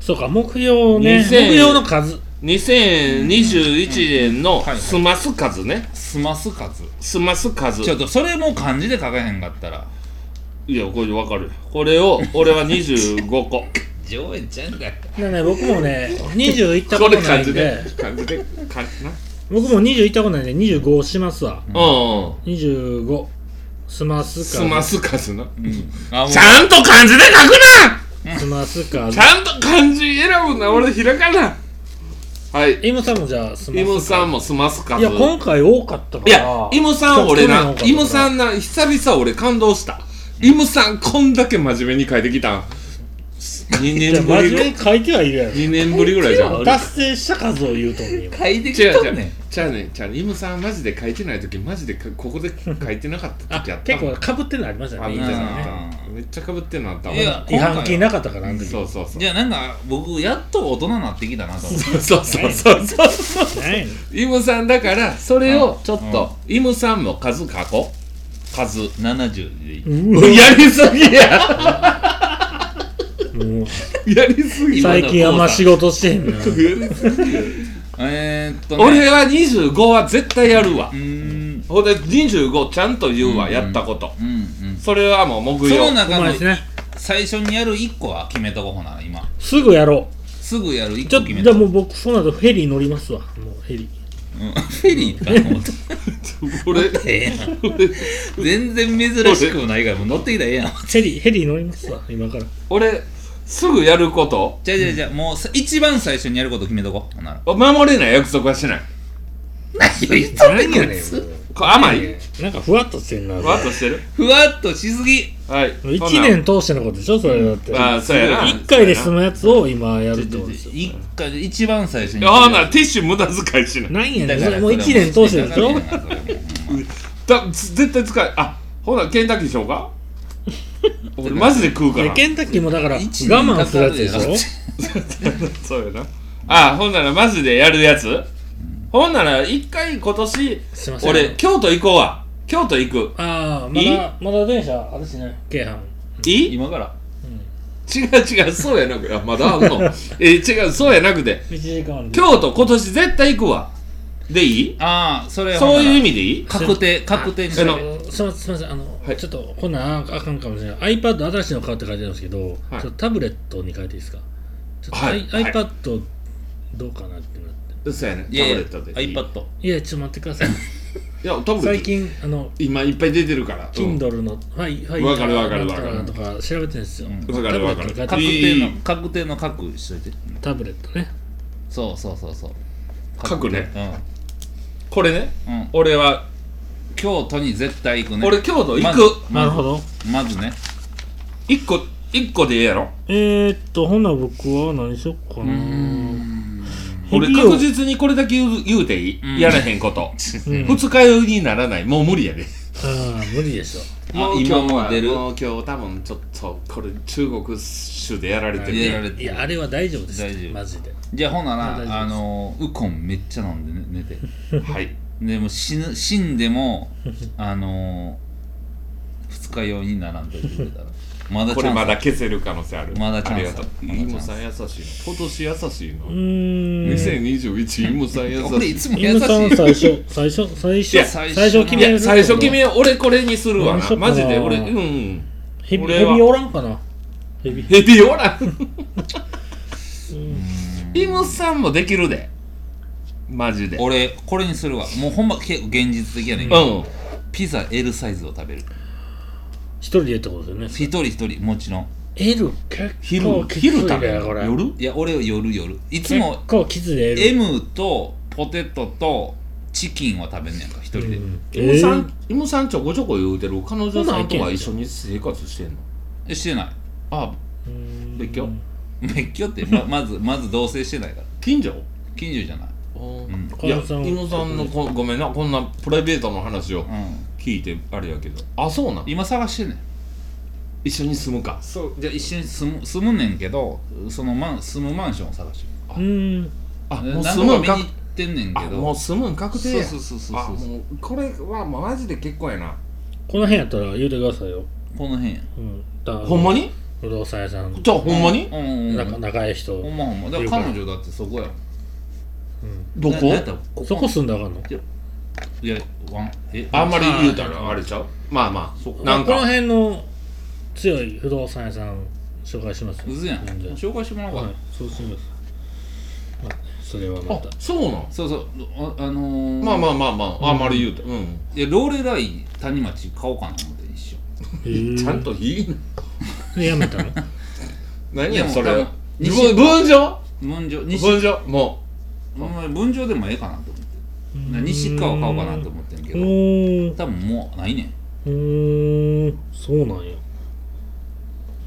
C: そうか目標ね目
A: 2000
C: 標の数
A: 2021年の
B: はいはい
A: 済ます数ね
B: すますかつ
A: 済ます数
B: ちょっとそれも漢字で書かへんかったら
A: いやこれ分かるよこれを俺は25個
B: 上演ちゃんだよ
C: だね僕もね20行ったこ
A: ことれ
C: な
A: 感
C: いん
A: じで
C: で
A: 感じで感じな
C: 僕も20行ったことないんで25しますわ
A: うんうん
C: 25済ます
A: 済
C: か
A: ます数な
B: あもう
A: ちゃんと漢字で書くな
C: 済ますか
A: ちゃんと漢字選ぶな俺ひらがなはい
C: イムさんもじゃあ済
A: イム
C: ますか
A: さんも済ます数
C: いや今回多かったから
A: いやイムさん俺なイムさ
C: ん
A: んな久々俺感動したイムさんこんだけ真面目に書いてきたん2
C: いや
A: 年ぶ
C: 真面
A: りぐ
C: 目に書いてはいるやろ
A: 2年ぶりぐらいじゃん
B: こっちは
C: 達成した数を言うとんねん今
B: 書いてき
A: 違う
B: と
A: 違
B: ん
A: う
B: ねん
A: じゃあねじゃあイムさんマジで書いてない時マジでかここで書いてなかった
C: あ
A: 時あった
C: 結構かぶってるのありました
A: かぶ
C: ね
A: って
C: 今
A: な
C: ね
A: かっためっちゃかぶってんのあったわ
B: いや
C: 違反金なかったからあの時
A: そうそうそう
B: じゃあなんか僕やっと大人になってきたなと思って
A: そうそうそうそう
C: 何やねん
A: イムさんだからそれをちょっと、イムさんも数書こう数
B: 70でいい、
A: やりすぎや
C: もう
A: やりすぎ
C: 最近あんま仕事してへんな
B: えー、っと、ね、
A: 俺は25は絶対やるわ
B: うーん
A: ほんで25ちゃんと言うわ、
B: うん
A: やったこと
B: うんうん
A: それはもう目
B: そ
A: 標
B: の中
C: うまい
B: の
C: ですね
B: 最初にやる1個は決めとこうほな今
C: すぐやろ
B: すぐやる
C: うち
B: 1個
C: ょっと
B: 決
C: じ
B: め
C: ゃ
B: と
C: あ
B: こう
C: もう僕その後フェリー乗りますわもうフェリ
B: うん フェリーかと思って
A: 俺
B: ええやん全然珍しくないからもう乗ってきたらええやん
C: ーフェリーヘリ乗りますわ今から
A: 俺すぐやること
B: じゃあじゃあじゃあもうさ一番最初にやること決めとこうほんなら
A: 守れない約束はしない
B: 何を言っとんねん
C: 何や
B: や
C: ねんもう
A: こ甘い
C: なんかふわっとしてんな
A: ふわっとしてる
B: ふわっとしすぎ
A: はい
C: 1
A: そんなん
C: 年通してのことでしょそれだって
A: ああそうやな
C: 1回で済
A: む
C: むやつを今やるってことですよ
B: 一回一番最初に
A: ああなティッシュ無駄遣いしない
C: なんやね
B: だ
C: ん
B: か
C: そ
B: ら
C: れもう1年通してでしょ
B: だからそれは
A: だ絶対使えあほなケンタッキーしよう か俺マジで食うか
C: いや
A: ら
C: ケンタッキーもだから我
B: 一年
C: 慢するやつでし
B: かかるや
C: ょ
B: ろ
A: そうやなあほんならマジでやるやつほんなら一回今年
C: すいません
A: 俺京都行こうわ京都行く
C: ああまだまだ電車あるしね京阪
A: いい
B: 今から
A: 違う違うそうやなくてあまだあんのえ違うそうやなくて
C: 1時間あるんで
A: 京都今年絶対行くわでいい
B: ああそれ
A: そういう意
B: 味
A: 味でいい
B: 確定確定にし
A: あ
B: よ
A: の
C: すいませんすいませんあの、
A: はい
C: ちょっとこんなんああかんかもしれない iPad 新しいの買うって書いてあるんですけど、
A: はい
C: ちょっとタブレットに変えていいですかちょっと、
A: はい
C: I-
A: はい
C: iPad どうかなってなって
A: そうやねタブ
B: い
A: レ
B: やいや
A: ットでいい
B: iPad
C: いやちょっと待ってください
A: いやタブレ
C: 最
A: ット
C: 近あの
A: 今いっぱい出てるからうん
C: Kindle の、はいはい
A: わかるわかるわ
C: なん
A: か
C: と
A: る
C: なんとか調べてるんですよ、
B: うん
A: わかるわかる
C: タブレット
B: 確
C: に
B: 定
A: いい
B: の確定の確しといて
C: タブレットね
B: そうそうそうそう
A: 確ねこれね
B: うんうん
A: 俺は
B: 京都に絶対行くね
A: 俺京都行
B: ま
A: く
B: ず
C: なるほど
B: まずね
A: 一個一個でええやろ
C: えー、っとほな僕は何しよっかな
A: 俺
C: ヘビを
A: 確実にこれだけ言う言うていい、
B: うん
A: やらへんこと
C: うん
A: 二日酔いにならないもう無理やで
C: ああ無理でしょ
B: あ今もう出る
A: もう今日多分ちょっとこれ中国酒でやられて
B: 入れら
A: る
B: れて
C: いやあれは大丈夫です
B: 大丈夫
C: マジで
B: じゃあほんな
C: あ大丈夫で
B: ら
C: す
B: あのウコンめっちゃ飲んで寝て
A: はい
B: でも死ぬ死んで もあのー、二日酔いにならんといてくれたらまだチ
A: こ
B: ャ
A: れ
B: ンス
A: まだ消せる可能性ある
B: まだチャンス
A: ありがとう
B: まだチャンス
A: イムさん優しいの今年優しいうの
C: ーん
A: 2021イムさん優し
B: 俺い
A: い
B: つも
C: イ
B: 優
C: ム
B: し
C: さん
B: い
C: 最初最初最
A: いや
C: 初最初決
A: い
C: め
A: や
C: る
A: 最初君は俺これにするわ
C: 何しよ
A: な
C: っ
A: マ
C: かな
A: ジで俺うんうん
C: ヘビ
A: 俺は
C: ヘビおらんかなヘビ
A: ヘビおらんイムさんもできるでマジで
B: 俺これにするわもうほんま結構現実的やねんけ
A: う
B: ど、
A: ん
B: ピザ L サイズを食べる
C: 一人でってことです
B: 一
C: よね
B: 人一人もちろん
C: L 結構
A: 昼
C: きつ
A: 昼
C: い
A: 食べ
C: ね
A: る
C: これ
A: 夜
B: いや俺は夜夜いつ
C: 結
B: も
C: 構きついで L
B: M とポテトとチキンは食べんねやんか一人で、
C: うん
A: イムさ
C: えー
A: ん、イムさんちょこちょこ言うてる彼女さんとは一緒に生活してんの
B: えしてない
A: あ
C: うーん
A: 別居
B: 別居ってままずまず同棲してないから
A: 近所
B: 近所じゃないん
A: いや
C: 彼女さんは
A: イムさんのこごめんなこんなプライベートの話を
B: うん
A: 聞いてあれやけどあそうなん
B: 今探してんねん
A: 一緒に住むか
B: そうじゃあ一緒に住む住むねんけどそのマン住むマンションを探してる
C: うーん
A: あ
B: で
A: もう
B: 何
A: 住
B: 度か
A: むんか
B: 見に行ってんねん
A: あ
B: けど
A: もう住むん確定や
B: そうそうそうそう
A: あ
B: そう
A: もうこれはもうマジで結構やな
C: この辺やったら言うてくださいよ
B: この辺や
C: うんだ
A: ほんまに
C: 不動産屋さん
A: じゃあほんまに
B: うんうんうん
C: 仲仲いい
B: ほ
C: 人
B: んまほんまだから彼女だってそこや
A: ど
B: な
A: こ
B: なんやったらこ
C: そこ住んだらあかんの
B: いやワンえ
A: あんまり言うたらあれちゃうまあま
B: そう
A: あなん
C: この
A: か
C: 辺の強い不動産屋さん紹介しますよ
B: うずやん
C: 全然
B: 紹介してもらおうか、
C: はい、そうします。まあ、それはま
A: あ
C: た。
A: そうなん
B: そうそうあ、あのー、
A: まあま
B: あ
A: あまあまああんまり言うたうん
B: いやローレライ谷町買おうかな思って一緒
A: ちゃんといい
C: でやめ たの
A: 何や
B: でも
A: そ
B: 多
A: れ
B: 分
A: 自分分譲
B: 文城西
A: 分譲も
B: お前文城でもええかなと思って西川買おうかなと思ってんけ
C: う
B: ど
C: ーん。う
B: 多分もうないねん
C: ーん。そうなんや。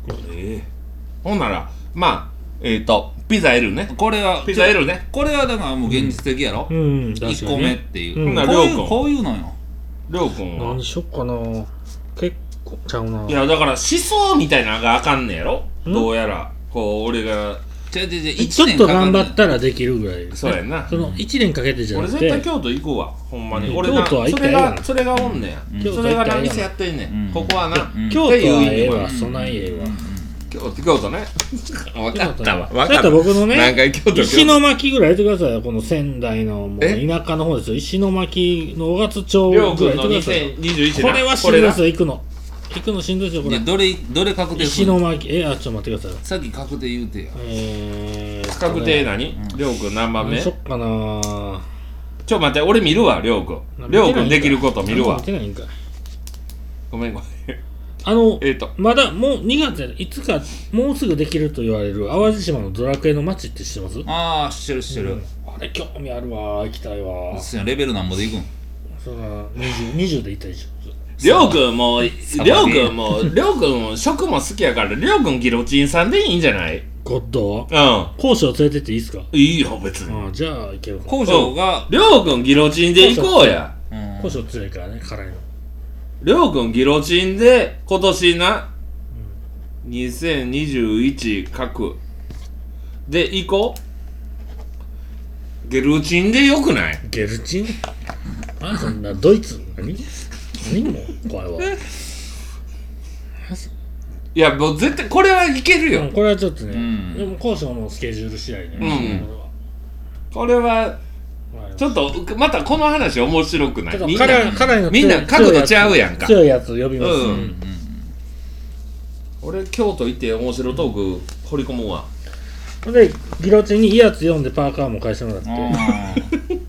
A: うほんならまあえっ、とピザ L ね
B: これは
A: ピザ L ね
B: これはだからもう現実的やろ、
C: うん、
B: 一1個目っていう、
C: う
B: こ
C: ん
B: うい
A: な
B: うこういうのよ
A: りょうくんは
C: 何しよっかな結構ちゃうない
A: やだから思想みたいなのがあかんねやろ
C: ん
A: どうやらこう俺が
B: ちょいちょいちょい
C: ちょっと頑張ったたらできるぐらい
A: そうやんな
C: その1年かけてじゃな
A: 俺
C: く
A: 絶対
C: て
A: 京都行くわほんまに、
C: うん
A: 俺な
C: 京都は行
A: そ
C: ったら
A: れ
C: ええやん
A: がそれがおんねや、
B: うん
A: それが何店やってんねん、
B: うん
A: ここはな、
B: うん
C: 京都はええわ
A: っていう意味
C: そないええわ
A: 京都京都ね分かった わ分か
C: だっ
A: ったた
C: ら僕の
A: 何
C: ね
A: 回京都
C: 石巻ぐらい入れてくださいよこの仙台のもう
A: え
C: 田舎の方ですよ石巻の小勝町ぐら
A: りょ
C: い
A: くんの
C: う入れてくださいよ
A: 2021
C: こ
A: な
C: れはしんどいです
A: こ
C: よ行くの行くのしんどいですよこ
B: で
C: れ
B: どれどれ確定す
C: 石
B: るの
C: 巻えあちょっと待ってください
B: さっき確定言うてや
C: えー
A: れ確定
C: な
A: 何りょうくん何番目
C: 何し
A: ち
C: よっかな
A: ょ待って俺見るわりょうくんりょうくんできること見るわ
C: 見てないんかい
A: ごめんごめん
C: あの
A: えっと
C: まだもう2月やいつかもうすぐできると言われる淡路島のドラクエの街って知ってます
B: ああ知ってる知ってる、
C: あれ興味あるわ行きたいわ
B: うっすよレベルなんぼでいくん
C: それは 20, 20で行ったでしょ
A: りょうくんもり
B: サバゲー
A: ょうくんもりょうくんも食も好きやからりょうくんギロチンさんでいいんじゃない
C: ゴッドは
A: うん
C: 講師を連れてっていいですか
A: いいよ別に
C: ああじゃあ行けるか
B: 工場が、
A: りょうくんギロチンで行こうや
B: うん
C: 講師を連れからね辛いの
A: りょうくんギロチンで今年な2021書くで行こうゲルチンでよくない
C: ゲルチンあそんなドイツ何何も怖いわ
A: いやもう絶対これはいけるよ、
C: うんこれはちょっとね、
B: うん
C: でも交渉のスケジュール次第ね、
A: うん
C: こ
A: これは
C: れは
A: ちょっとまたこの話面白くな
C: ち
A: い
C: ょっ
A: み
C: と
A: んな
C: 辛い辛いの強い
A: みんな角度ちゃうやんか
C: 強いやつ強いやつ呼びます、
A: うん
B: うん
A: 俺京都行って面白トーク掘り込むわ
C: ほんでギロチンにいいやつ読んでパーカーも返してもらって
B: あー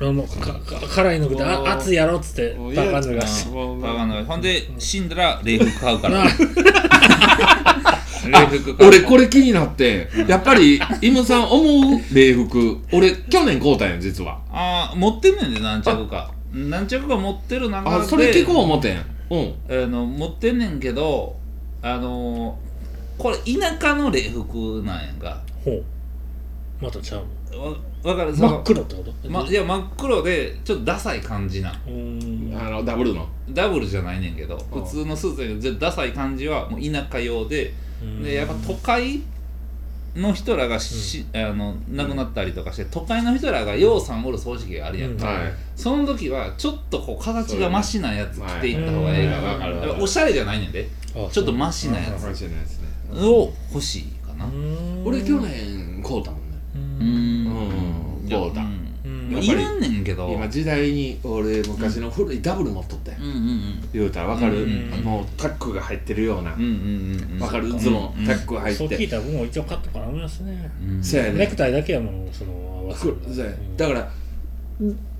C: あもうかか辛いの食って
A: もう
C: あ熱いやろっつってパーカー脱がして
A: もう
B: わかんないほんで死んだら礼服買う から
A: あ
B: 礼服買う
A: 俺これ気になってやっぱりイムさん思う礼服俺去年買うたんや実は
B: ああ持ってるねんで何着か何着か持ってる中で
A: あそれ聞こう思てんうん
B: あの持ってんねんけどあのーこれ田舎の礼服なんやんか
C: ほうまたちゃうの
B: わわかるそ
C: 真っ
B: の、
C: 黒ってこと
B: ま、いや真っ黒でちょっとダサい感じなん
C: うーん
A: あのダブルの
B: ダブルじゃないねんけど
A: うん
B: 普通のスーツやけどちょっとダサい感じはもう田舎用ででやっぱ都会の人らがし、あの亡くなったりとかして都会の人らがようさんおる葬式があるやんか、
C: うん
A: はい
B: その時はちょっとこう形がマシなやつ着ていった方がええか
A: は
B: ら、
A: いはいわかるわかる
B: おしゃれじゃないねんで
C: あ
B: ちょっとマシなやつ
A: マジなやつね
B: を欲しいかな
C: うーん
A: 俺去年買うたもんね
C: う
B: うんん
A: うん
B: いや
A: どうだ
B: ん
C: うん
B: い
A: や
B: や
A: っ
B: い
A: ぱり
B: らんねんけど
A: 今時代に俺昔の古いダブル持っとったやん
B: うんうんうん
A: 言うたらわかる、
B: うん
C: うん
A: もうタックが入ってるような
B: うんうんうんうん
A: わかるズボ
B: うん
A: ンタックが入っ
C: そう聞い
A: て
C: たら僕も一応買ったから思いますね
B: うん
A: そうや
C: ネ
A: ね
C: クタイだけはもうその合わせ
A: そう
C: る
A: そうや
C: うん
A: だから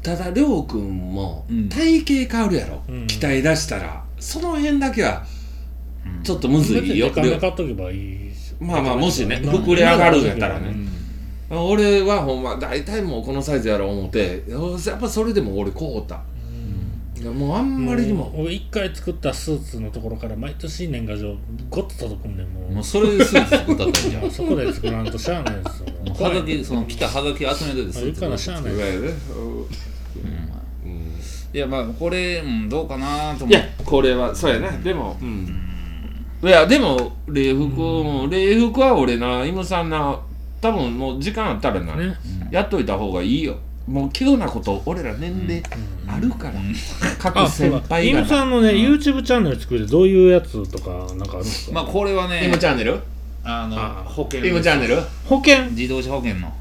A: ただりょうくんも
B: うん
A: 体型変わるやろ、
C: うん
A: 鍛え出したらその辺だけは
B: うん
A: ちょっとむずいよ、
C: 別にデカめ買っとけばいいっすよ
A: まあまあもしね
C: まあ
A: 膨れ上がるんやったらね
C: うん
A: 俺はほんま大体もうこのサイズやろ思ってやっぱそれでも俺こうたいやもうあんまりにも、
C: 俺一回作ったスーツのところから毎年年賀状ごっと届くんでもう
B: もうそれでスーツ作ったったんじゃ ん
C: もうそこで作らんとしゃあないですよ
B: もうはがきその来たはがき集めといてスー
C: まあ言う
B: ツ
C: か
B: 作
C: ら
B: っ
C: しゃあ
B: た
C: ない
A: いわゆるね
B: うん
A: うん
B: いやまあこれ、うん、どうかな
A: い
B: と思っ
A: や
B: て
A: これはそうやねでもうんいやでも礼服も礼服は俺な今さんな多分もう時間あったらな、
C: ね
A: やっといた方がいいよもう急なこと俺ら年齢あるから、各先輩
C: イ
A: が
C: ムさんのね、YouTube チャンネル作るどういうやつとかなんかあるんですか、
B: まあこれはね
A: 今チャンネル
B: あの
C: あ
B: 保険
A: 今チャンネル
C: 保険
B: 自動車保険の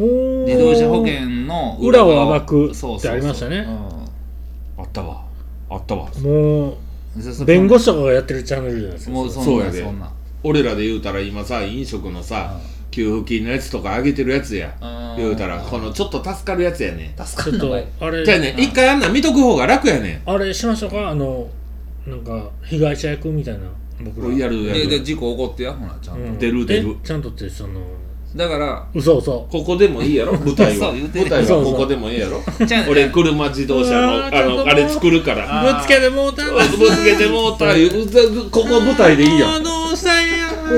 C: おー
B: 自動車保険の
C: 裏を
B: 側
C: 暴く
B: そうそうそう
C: ってありましたね
A: あったわあったわ
C: も
B: うんそう
C: う
B: そう
C: 弁護士とかがやってるチャンネルじゃないですか
B: もうそ
A: そ
B: ん
A: う
B: な
A: やで
B: そんな
A: 俺らで言うたら今さ飲食のさ給付金のやつとか上げてるやつや
B: うん
A: 言うたらこのちょっと助かるやつやね
B: 助
C: ちょっとあれ
A: じゃあね一回あんなん見とく方が楽やね
C: あれしましょうかあのなんか被害者役みたいな僕ら
A: んやるや
B: でで
A: る
B: 事故起こってやほらちゃんと、
C: うん
A: 出る出る
C: えちゃんとってその
B: だから
C: 嘘嘘
A: ここでもいいやろ舞台は
B: そう言うてね
A: 舞台
C: そう
A: は
C: そう
A: ここでもいいやろ
B: じゃあ
A: 俺車自動車
C: う
A: の
C: わー
A: あ
C: ちょっとも
A: の
C: う
A: あれ作るから
B: あー
C: ぶつけてもうた
A: ぶつけてもうたいうここ舞台でいいやん
C: ど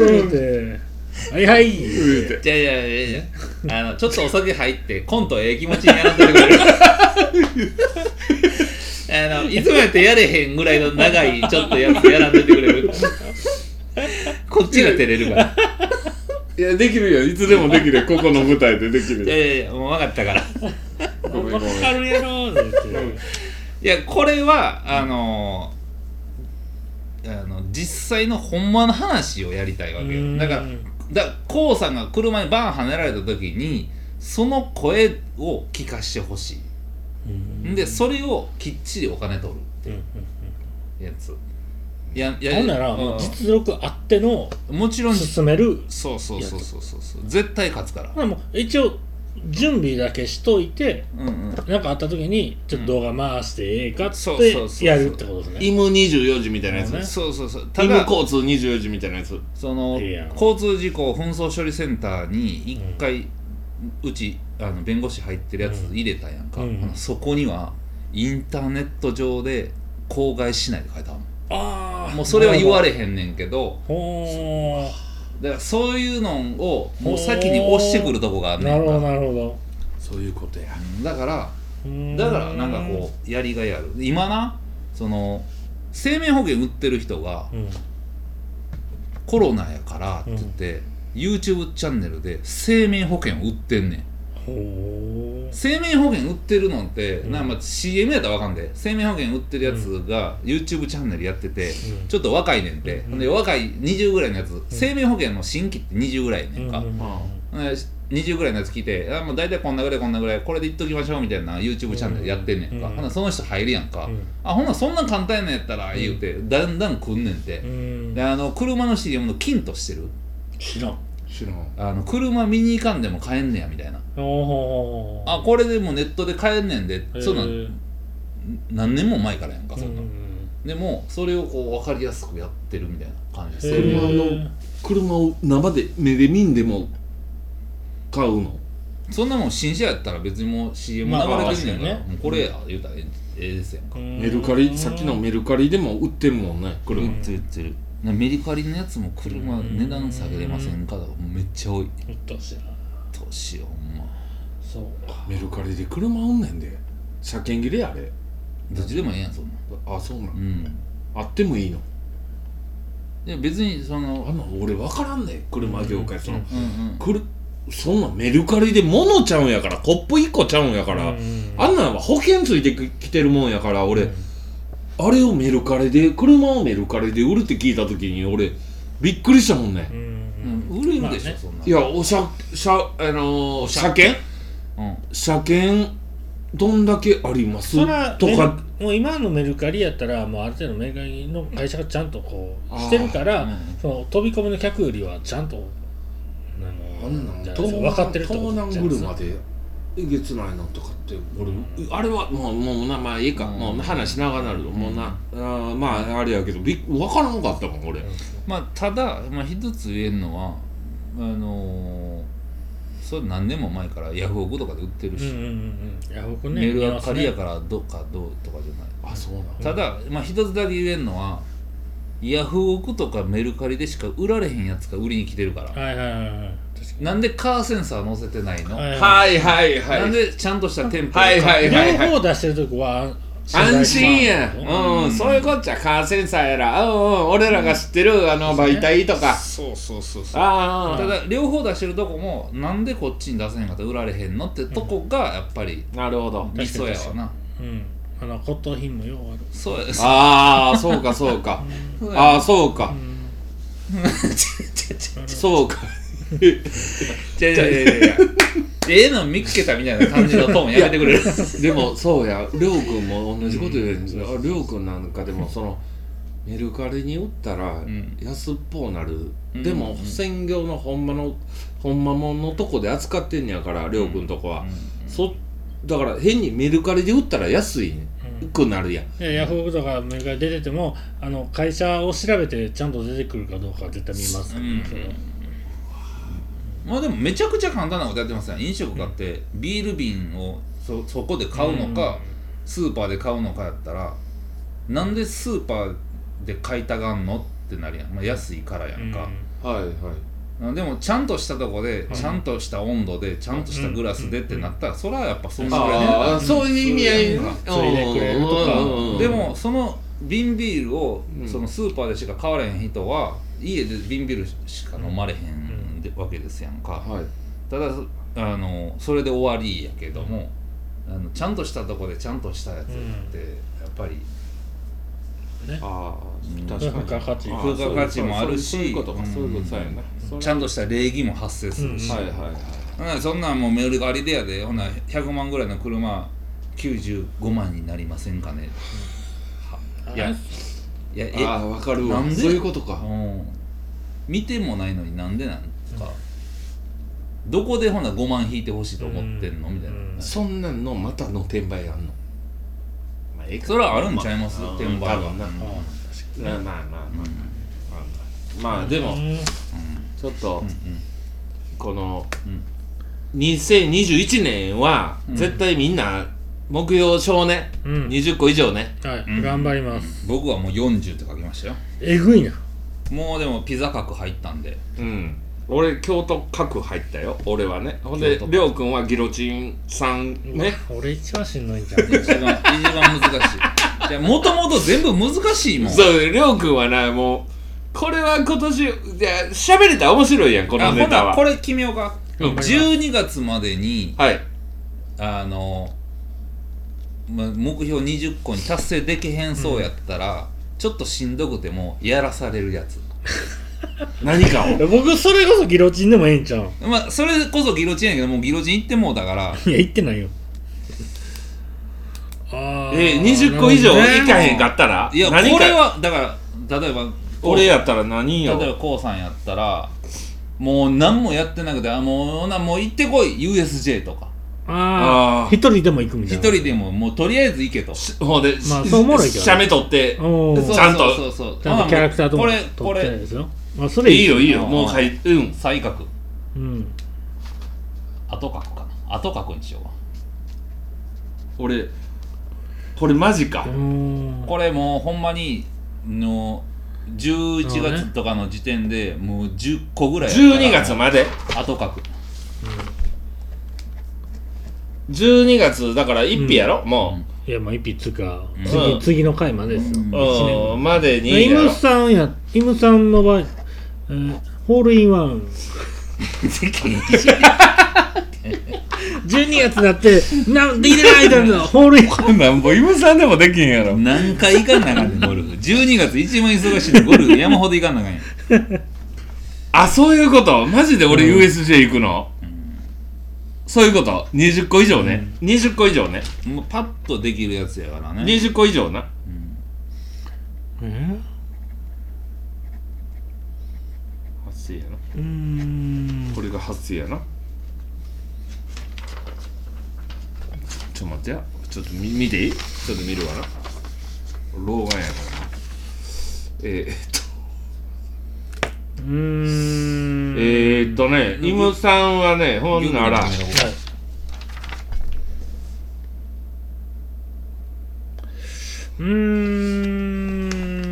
C: 言うてはいはい言うて
B: じゃあじゃあじゃあじゃああのちょっとお酒入ってコントええ気持ちにやらせてくれる あのいつもやってやれへんぐらいの長いちょっとやつやらせてくれるこっちが照れるから
A: いやできるよいつでもできるよここの舞台ででき
B: いや
A: る
B: いやいやもう分かったから
A: ごめんご
C: わ
A: めん
C: かるやろ言うて
B: いやこれはあのあの実際のほんまの話をやりたいわけ
C: う
B: よ
C: ん
B: だからだこうさんが車にバーン跳ねられた時にその声を聞かしてほし
C: うん
B: いでそれをきっちりお金取るって
C: うんうん
B: やつやや
C: ほんなら
B: うん
C: もう実力あっての
B: もちろん
C: 進める
B: そうそうそうそうそうそう絶対勝つから
C: ほなもう一応準備だけしといて
B: うんうん
C: なんかあった時にちょっと動画回してええかっ
B: そうそうそうそ
C: て
B: う
C: やるってことですね
A: イム24時みたいなやつ
C: ね
B: そうそうそうた
A: イム
B: だ
A: 交通24時みたいなやつ
B: その
C: いいやん
B: 交通事故紛争処理センターに一回、うちあの弁護士入ってるやつ入れたやんか、
C: うん
B: あのそこにはインターネット上で公害しないって書いてある
C: ああ
B: もうそれは言わ
C: れ
B: れへんねんけど
C: ほ
B: だからそういうのをもう先に押してくるとこがあ
C: ー
B: んね
C: なる
B: ん
C: ほど
B: か
C: なるほど
A: そういうことや
B: うんだから
C: うー
B: だからなんかこうやりがいある今なその生命保険売ってる人が
C: うん
B: コロナやからって言って、YouTube チャンネルで生命保険売ってんねん
C: ほー
B: 生命保険売ってるのって、
C: うん
B: なんかまあ CM やったらわかんで生命保険売ってるやつが YouTube チャンネルやってて、
C: うん
B: ちょっと若いねんて、
C: うん
B: で若い20ぐらいのやつ、生命保険の新規って20ぐらいやねんか、
C: うん
B: で20ぐらいのやつ聞いてあもう大体こんなぐらいこんなぐらいこれでいっときましょうみたいな YouTube チャンネルやってんねんか、
C: うん
B: ほなその人入るやんか、
C: うん
B: あほんなそんなん簡単やねんやったら言うて、だんだん来んねんて、
C: うん
B: であの車の CM の金としてる
C: 知らん
A: 知らん
B: あの車見に行かんでも買えんねやみたいな
C: お
B: あこれでもうネットで買えんねんで、そんなん何年も前からやんかそんなん、でもそれをこう分かりやすくやってるみたいな感じ
A: へ
B: で
A: ー車を生で目で見んでも買うの
B: そんなもん新車やったら別にもう CM 流
C: まあ
B: れてんねんから、
C: まあ確かにね
B: もうこれや言うたらええええですやんか、
A: メルカリさっきのメルカリでも売ってるもんね
B: 売
A: 車
B: ってる売ってるなメリカリのやつも車
C: うん
B: 値段下げれませんかだからめっちゃ多い
C: リとしな
B: どうしようほんま
C: そうか
A: メルカリで車売んねんで車検切れあれ
B: どっちでもええやんそんなん
A: あそうな
B: うんん
A: あってもいいの
B: いや別にその
A: あんなん俺分からんね車業界その
B: うんうん
A: くるそんなんメルカリで物ちゃうんやからコップ1個ちゃうんやから、
C: うん
A: あんなんは保険ついてきてるもんやから俺、あれをメルカリで車をメルカリで売るって聞いた時に俺びっくりしたもんね
C: う、
B: うん
C: ん
B: 売れるでしょ、
C: まあね
B: そんない
A: やおしゃしゃ、あのー、車検
B: うん
A: 車検どんだけあります
C: そら
A: とか
C: メルもう今のメルカリやったらもうある程度メルカリの会社がちゃんとこうしてるから、
B: あーうん
C: その飛び込みの客よりはちゃんとあ
A: あ
C: の
A: んなん
C: じゃないですか分かってるって
A: 東
C: こと
A: 南車でえげつないのとかって俺、あれはもうもうなまあいいか、
B: うん
A: もう話長なるよもうなあーまああれやけどびっ分からんかったもん俺、
B: まあただ、まあ、一つ言えるのはあのーそれ何年も前からヤフオクとかで売ってる
C: うんうん
B: し、
C: うんうんいや僕ね
B: メールは仮や
C: 見
B: からどうかどうとかじゃない、
A: あそうなの
B: ただ、まあ、一つだけ言えるのはヤフオクとかメルカリでしか売られへんやつが売りに来てるから、
C: ますねはいはいはいはい確か
B: なんでカーセンサー載せてないの、
C: はい
A: はいはいは
B: なん
A: い
B: でちゃんとした店舗
A: はいはい
C: に
A: はいはい
C: 両方出してるとこは
A: 安心やうん、
B: うん
A: そういうこっちゃカーセンサーやらうんうん俺らが知ってるあの媒体とか、
B: そうそうそうそう
A: あ
B: た
A: あ
B: だ両方出してるとこもなんでこっちに出せへんかったら売られへんのってとこがやっぱり
A: なるほど
B: 理想やわな
C: うんあの骨董品もようある
B: そうや
A: ああそうかそうかああそうか そうか
B: じゃいやいやいや ええの見つけたみたいな感じのトーンやめてくれる
A: でもそうやりょうくんも同じこと言うんですよりょうくんなんかでもそのメルカリに売ったら
B: ん
A: 安っぽうなる、
B: うん
A: でも専業のほんまのほんまもんのとこで扱ってんねやからりょうくんとこは、そだから変にメルカリで売ったら安いね、くなるやん
C: でヤフオクとかメルカリ出ててもあの会社を調べてちゃんと出てくるかどうかは絶対見ます、
B: うんまあでもめちゃくちゃ簡単なことやってますやん飲食買ってビール瓶をそそこで買うのか、スーパーで買うのかやったらなんでスーパーで買いたがんのってなるやん、まあ、安いからやんか、
C: う
A: はいはい
B: うんでもちゃんとしたとこで、
D: い
B: ちゃんとした温度でちゃんとしたグラスでってなったら、それはやっぱそんなぐらいね
A: ああそういう意味合いね
C: そういうねくれるとか
A: うんうんうんうん
B: でもその瓶ビールを
A: うん
B: そのスーパーでしか買われへん人は家で瓶ビールしか飲まれへんでわけですやんか、
A: はい
B: ただあのそれで終わりやけどもあのちゃんとしたとこでちゃんとしたやつってやっぱり
A: あ
B: うん
A: あ確かに
C: 付加価値
A: ああ
B: 付加価値もあるし
A: そういうことかそういうことそうやな
B: ちゃん
A: と
B: とした礼儀も発生するし、
A: はいはいはい
B: ほなそんなんもうメールがありでやでほな100万ぐらいの車95万になりませんかね、はいやいやえ
A: ああわかるわ
B: なんで
A: そういうことか
B: うん見てもないのになんでなんか、どこでほな5万引いてほしいと思ってんのみたいな、
D: うん
A: そんなんのまたの転売あんのまあええか
B: それはあるんちゃいます、
A: まあ
B: 転売は、
A: 多分な
B: うん
A: まあまあまあまあ
B: う
A: まあまあでも
C: うん
A: ちょっと
B: んうん
A: この
B: うん
A: 2021年は
B: うん
A: 絶対みんな目標少年
C: うん
A: 20個以上ね
C: はい、
B: ん
C: 頑張ります
B: 僕はもう40って書きましたよ
C: えぐいな
B: もうでもピザ角入ったんで
A: うん俺京都角入ったよ俺はねほん
B: 京
A: で
B: 都
A: りょうくんはギロチンさんね
C: うわ俺一番しんどいんじゃん
B: 一番一番難しいいやもともと全部難しいもん
A: そうりょうくんはなもうこれは今年いや喋れたら面白いやんこ
B: あ
A: の
B: ほ
A: ネタ
B: な
A: は
B: これ決めようか、
A: うん
B: 12月までに
A: はい
B: あの、ま、目標20個に達成できへんそうやったら、ちょっとしんどくてもやらされるやつ
A: 何かを
C: 僕それこそギロチンでもええんちゃう
B: まあそれこそギロチンやけどもうギロチン行ってもうだから
C: いや言ってないよあー
A: え20個以上
C: なる
A: い
C: ほどね
A: かへんかったら
B: いやこ
A: 何か
B: れはだから例えば
A: 俺やったら何
B: 例え
A: よ
B: ばこうさんやったらもう何もやってなくてあもうほなもう行ってこい USJ とか
C: あ
A: あ
C: あ
A: ー
C: 一人でも行くみたい
B: 一
C: な
B: 人でももうとりあえず行けと
A: しほんで、
C: まあそうおもろいけどね
A: しゃべとって
C: おー
A: ちゃんと
B: そうそうそうそう
C: ちゃんとキャラクターと
B: こ
C: も
B: れ
C: 撮
B: こ
C: ってない
B: れ
C: ですよまあそれ
A: いいよいいよ
B: うん
A: もう書いうん
B: 才覚
C: うん
B: 後書くかな後書くにしようか
A: 俺これマジか
C: うーん
B: これもうほんまにの11月とかの時点でもう10個ぐらい
A: 12月まで
B: で後書く
A: 12月だから一匹やろも
C: いやまあ一匹つうか
B: うん
C: 次次の回までです
A: う
C: よ
B: う
C: 一年
A: うんまでに
C: イ
A: や
C: ム
A: ろ
C: さんやイムさんの場合、えーホールインワ ン12月になってなんで入れないみたいな ホールインワ ン
A: なんぼイムさんでもできんやろ
B: 何回行かんなあかんねん ゴルフ12月一番忙しいでゴルフ山ほど行かんなあかんやん
A: あそういうことマジで俺
C: うん
A: USJ 行くの、そういうこと20個以上ね、20個以上ね
B: もうパッとできるやつやからね
A: 20個以上な
C: え
A: 8やな
C: ーうーん
A: これが8やなちょっと待ってやちょっと見見ていいちょっと見るわな老眼やからなえー、っと
C: うーん
A: えー、っとねイムさんはねほんなら
C: うー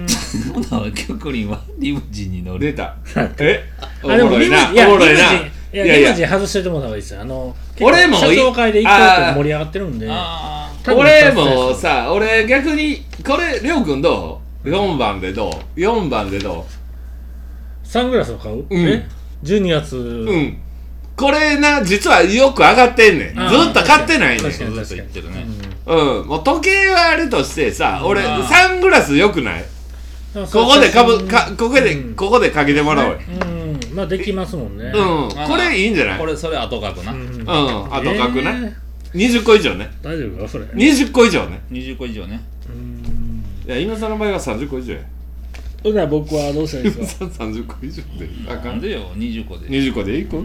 C: ん
B: ほなキョクリンはリムジンに乗る
A: 出たえおも
C: あでも
A: ろ
C: リ
A: い
C: ム
A: ない
C: や
A: おもろいない
C: リムジンいや
A: いやいや
C: リムジン外しててもらった方がいいですよあの
A: 俺もい
C: 結構社長会で一回
A: あー
C: と盛り上がってるんで
B: あ
C: 多分
A: 俺もさ俺逆にこれりょうくんどう4番でどう4番でど
C: サングラスを買う、
A: ん
C: え12月
A: ううんこれな実はよく上がってんねんず
C: あー
A: っと買ってないねん
C: 確かに
B: あ
C: 確か
B: 言っ
C: に
B: てるね
A: うんもう時計はあれとしてさ俺
B: あー
A: サングラスよくないここでかぶかここで、
C: うん
A: ここでかけてもらおうよ
C: うんまあできますもんね
A: うん
B: ー
A: これいいんじゃない
B: こ
A: うん
B: れそれ後書くな、
C: うん
A: あと書くな、
C: えー
A: 20個以上ね
C: 大丈夫かそれう
A: 20個以上ね
B: 20個以上ね
C: ん
A: いや今さんの場合は30個以上や
C: ほな僕はどうしたらい いですか
A: 30個以上であか
B: なん
A: ん
B: でよ20個で
A: 20個でいく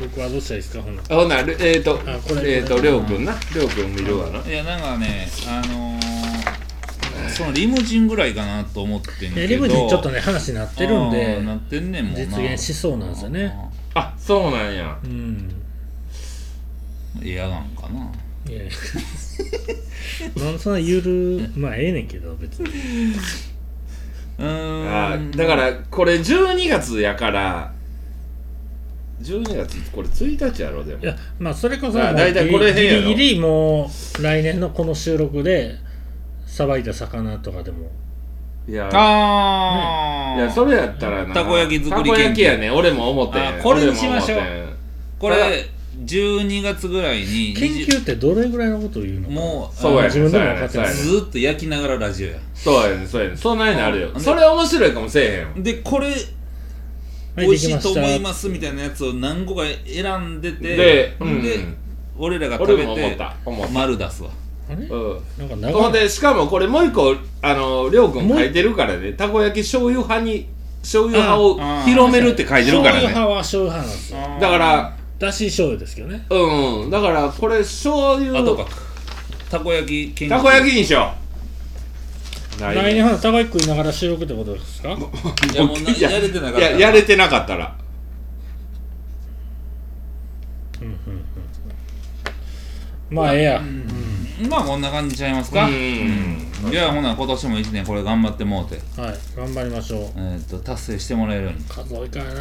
C: 僕はどうしたらいいですかほな
A: ほなるえっ、ー、と
C: あこれこれ
A: えっ、ー、とりょうくんなりょうくん見るわない
B: やなんかねあのー、そのリムジンぐらいかなと思ってん
C: いや
B: けど
C: リムジンちょっとね話になってるん
B: あ
C: で
B: ーなってんねんもんな
C: 実現しそうなんですよね
A: あそうなんや
C: うん
B: エアガンかない
C: やいやなんでそんなゆるまあええねんけど別に
B: うーん
A: あさだからこれ12月やから12月これ1日やろでも
C: いやまあそれこそ
A: まあ大体
C: もう
A: これへ
C: ギ
A: んや
C: リ
A: ろ
C: ギリもう来年のこの収録でさばいた魚とかでも
A: いや
B: ああ、
A: いやそれやったらな
B: たこ焼き作り
A: たこ
B: 研究
A: 焼きやね俺も思ってん
B: あこれにしましょう
A: 俺も思ってん
B: これ12月ぐらいに
C: 研究ってどれぐらいのことを言うのかな
B: もう
A: そうやね
C: 自分でも分かって
A: そう
C: な
A: やね
C: い
A: そうやね
B: ずーっと焼きながらラジオや
A: そうやねそうやねそんなになる
B: う
A: よ
B: ん
A: それ面白いかもせえへん
B: でこれ
C: はい
B: 美味しいと思
C: で
B: い
C: き
B: ますみたいなやつを何個か選んでて
A: でうん
B: 俺らが食
A: 俺
B: べ
A: も思ってた思った
B: 丸出すわ
C: あれ
A: うん
C: なんか
A: ほん
C: 長い
A: でしかもこれもう一個あのりょうくん書いてるからねたこ焼き醤油派に醤油派
B: あ
A: を
B: あ
A: 広めるって書いてる
C: 醤
A: か
C: 油
A: らね
C: 派は醤油派なんですよ
A: だから
C: だし醤油ですけどね
A: うんだからこれ醤油
B: あとかたこ焼き研究
A: たこ焼きにしようない
C: 来年は高い食いながら収録ってことですか
B: いやもうなやれてなかった
A: いややれてなかったら
C: まあええや
B: まあこんな感じちゃいますか
A: うん
B: いやほな今年も1年これ頑張ってもうて
C: はい頑張りましょう
B: えーっと達成してもらえるように
C: 数多いからな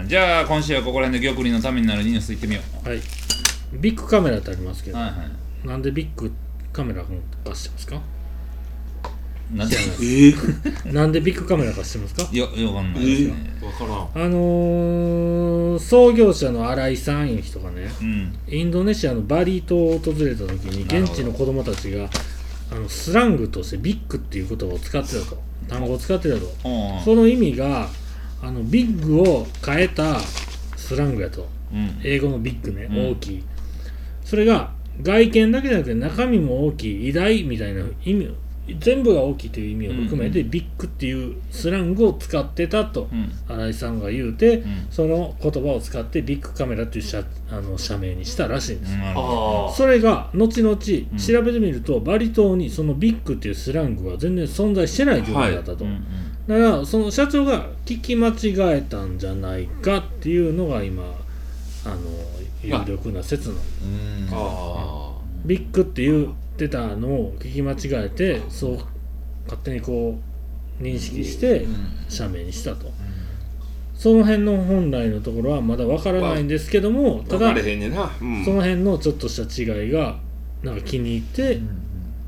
B: うーんじゃあ今週はここら辺で玉林のためになるニュースいってみよ
C: はいビッグカメラってありますけ
B: う
C: ど
B: はいはい
C: なんでビッグカメラ貸してますか
B: 何て
A: えー、
C: なんでビッグカメラ貸してますか
B: よよくわかん
A: え
B: ないです
A: ー
B: ね、
A: 分からん
C: あのー、創業者の新井さんいう人がね
B: うん
C: インドネシアのバリ島を訪れた時に
B: なるほど
C: 現地の子供たちがあのスラングとしてビッグっていう言葉を使ってたと単語を使ってたと
B: おう
C: その意味があのビッグを変えたスラングやと
B: うん
C: 英語のビッグね、
B: うん
C: 大きいそれが外見だけじゃなくて中身も大きい偉大みたいな意味全部が大きいという意味を含めて、ビッグっていうスラングを使ってたと
B: うん
C: 新井さんが言うて、
B: ん
C: その言葉を使ってビッグカメラという社あの社名にしたらしいんです、
B: なるほど
A: あ
C: それが後々調
B: ん
C: べてみると、バリ島にそのビッグっていうスラングは全然存在してない状態だったと、
B: うん
C: だからその社長が聞き間違えたんじゃないかっていうのが今あの有力な説なの
B: うん
A: ああ
C: ビッグって言ってたのを聞き間違えてそう勝手にこう認識して
B: うん
C: 社名にしたとその辺の本来のところはまだわからないんですけどもた
A: 分
C: だ
A: かれへんねんな、うん
C: その辺のちょっとした違いがなんか気に入って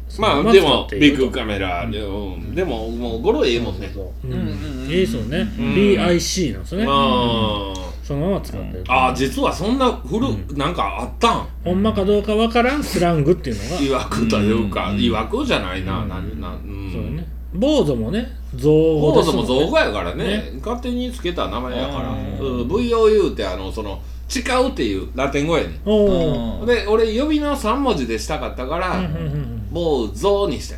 C: その
A: ま
C: ま
A: あ
C: 使
A: で
C: っ
A: も
C: てい
A: ビ
C: る
A: ッ
C: と
A: グカメラ、うん、でももうゴロええもんね
C: う
B: うんうん
C: ん
B: うん
C: いいですよね
A: うん
C: BIC なんですよね
A: あー
C: そのまま使ってる
A: あー実はそんな古、
C: うん
A: なんかあったん
C: ほんまかどうかわからんスラングっていうのが
A: いわくというか、
B: うん
A: いわくじゃないな、
C: うん
A: なんなんうん
C: そうだね。坊主もね、造語
A: そも
C: です
A: そも造
C: もんね
A: 語やからね勝手につけた名前やから、うん、VOU ってあのその誓うっていうラテン語やね
C: おお。
B: うん
A: で俺呼びの3文字でしたかったから
C: うんうんうん
A: 「もうゾウ」にして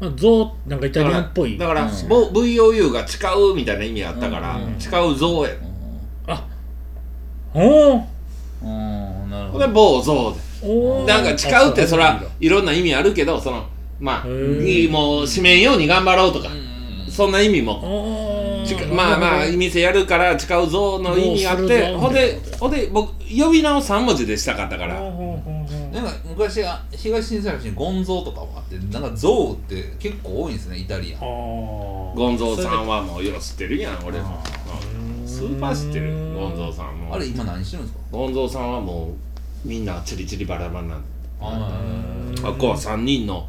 C: まあ、造なんかイタリアンっぽい。
A: だから、
B: うん
A: もう VOU が誓うみたいな意味あったから、
B: うん
A: 誓うゾウやね
C: あ、お
B: うんうんなるほ
A: で「
B: ど
A: もうゾウ」で
C: お。おお。
A: なんか誓うってそ
C: あ
A: らいろんな意味あるけどそのまあ
C: へー
A: にもう締めんように頑張ろうとかそんな意味も
C: おお。
A: ちかまあまあ店やるから誓うぞの意味があっ
C: どうする
A: て
C: ぞ
A: ほんでほんで僕呼び名を3文字でしたかったから
B: なんか昔あ東新西橋にゴンゾーとかもあってなんかゾウって結構多いんですねイタリアン
A: ゴンゾーさんはもうよう知ってるやん俺もうんスーパー知ってるゴンゾーさんも
B: あれ今何してるんですか
A: ゴンゾーさんはもうみんなチリチリバラバラなんで
B: あー
A: あっこは3人の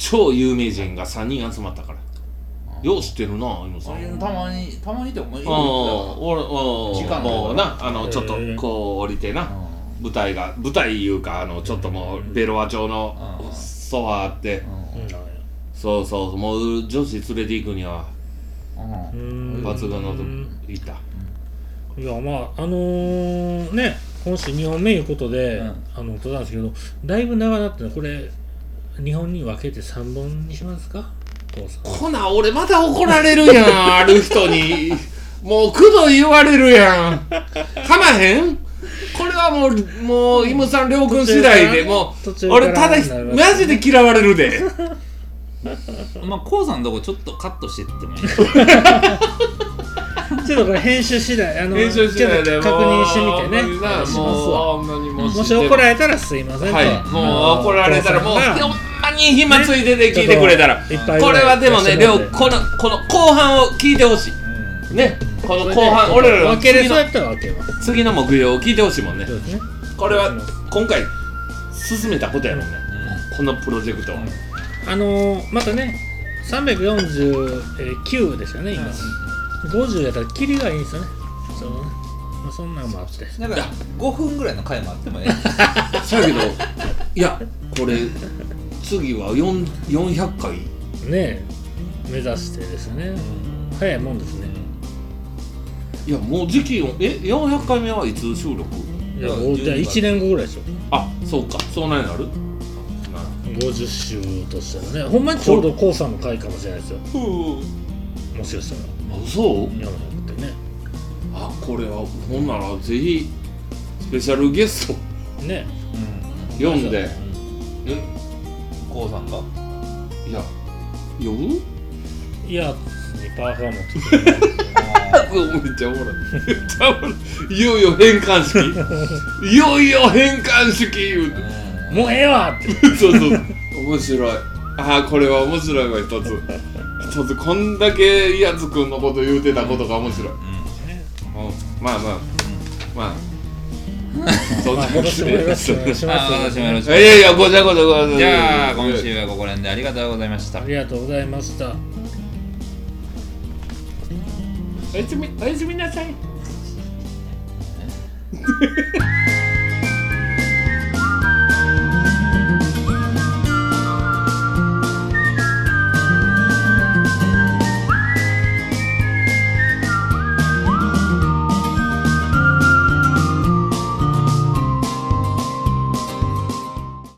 A: 超有名人が3人集まったからよう知ってるな今さ
B: そうんいうのたまにたまにでもいい
A: うん俺
B: 時間
A: うん
B: が
A: もうなあの
C: へー
A: ちょっとこう降りてな舞台が舞台いうかあのちょっともうベロア調の
B: うん
A: ソファーあってそうそうもう女子連れて行くには抜群のとこ行った
C: いやまああのー、ね今週2本目いうことで、
B: うん
C: あの取ったんですけどだいぶ長なってねこれ2本に分けて3本にしますか父さん
A: こな俺また怒られるやんある人 にもうくどい言われるやんかまへんこれはもうもうイムさんりょうくん次第でも
C: 途中
A: う
C: から
A: 俺ただ
C: なりますね
A: マジで嫌われる で
B: まあコウさんのとこちょっとカットしてってもいい
C: ちょっとこれ編集次第、あの、
A: 練習次第で
C: ちょ
A: も
C: っ
A: う
C: と確認してみてね。
A: ほんまにな
C: しますわ
A: もうほんまにもう
C: も
A: 知
C: し
A: ってる
C: 怒られたらすいませんと。
A: はい、
C: あの
A: もう怒られたらもう、
C: お父さんが
A: ほんまに人暇ついてて聞いてくれたら、
C: ちょっといっぱい
A: これはでもね、
C: 出して
A: り
C: も
A: ょ
C: らっ
A: う
C: て
A: このこの後半を聞いてほしい。ね、この後半、
C: それ
A: 俺
C: で
A: らの
C: 分けれ
A: 次の
C: そうやったら分けます
A: 次の目標を聞いてほしいもんね
C: そ。うですね
A: これは今回進めたことやもんね。このプロジェクトは。
C: あのーまたね349でしたね今、50やったらキリがいいんですよねそのね、まあ、そんなんもあって
B: なんか5分ぐらいの回もあってもね
A: そやけど、いや、これ、次は4 400回。
C: ねえ目指してですね、早いもんですね
A: いや、もう時期を、え、400回目はいつ収録
C: いやおじゃあ1年後ぐらいでしょ
A: あ、そうか、そうなんやなるな
C: 50周としたらねほんまにちょうど k o さんの回かもしれないですよ
A: ふう
C: もしかしたら
A: あ、そう
C: 山本ってね
A: あ、これは、ほんならぜひ、スペシャルゲスト
C: ね
A: 読んで、え、
B: こうさんが
A: いや、呼ぶ
C: いやにパーカーも
A: めっちゃおもろい。めっちゃおもろい。いよいよ変換式。いよいよ変換式言うて。
C: もうええわ って
A: そうそう。面白い。ああ、これは面白いわ、一つ。一つ、こんだけいやつくんのこと言うてたことが面白い。うんまあまあ、まあ。そん
C: ま
A: な
C: あ
A: も
C: 今
A: ん
C: 年もよろしくお願い
A: で。
C: し
B: あ
C: ま
B: 私もよろし
A: い
B: く
A: やいや、ごちゃごちゃごちゃごちゃ。
B: じゃあ今週はここら辺でありがとうございまし
C: す
B: た
C: ありがとうございました
A: おやすみ、おやすみなさい。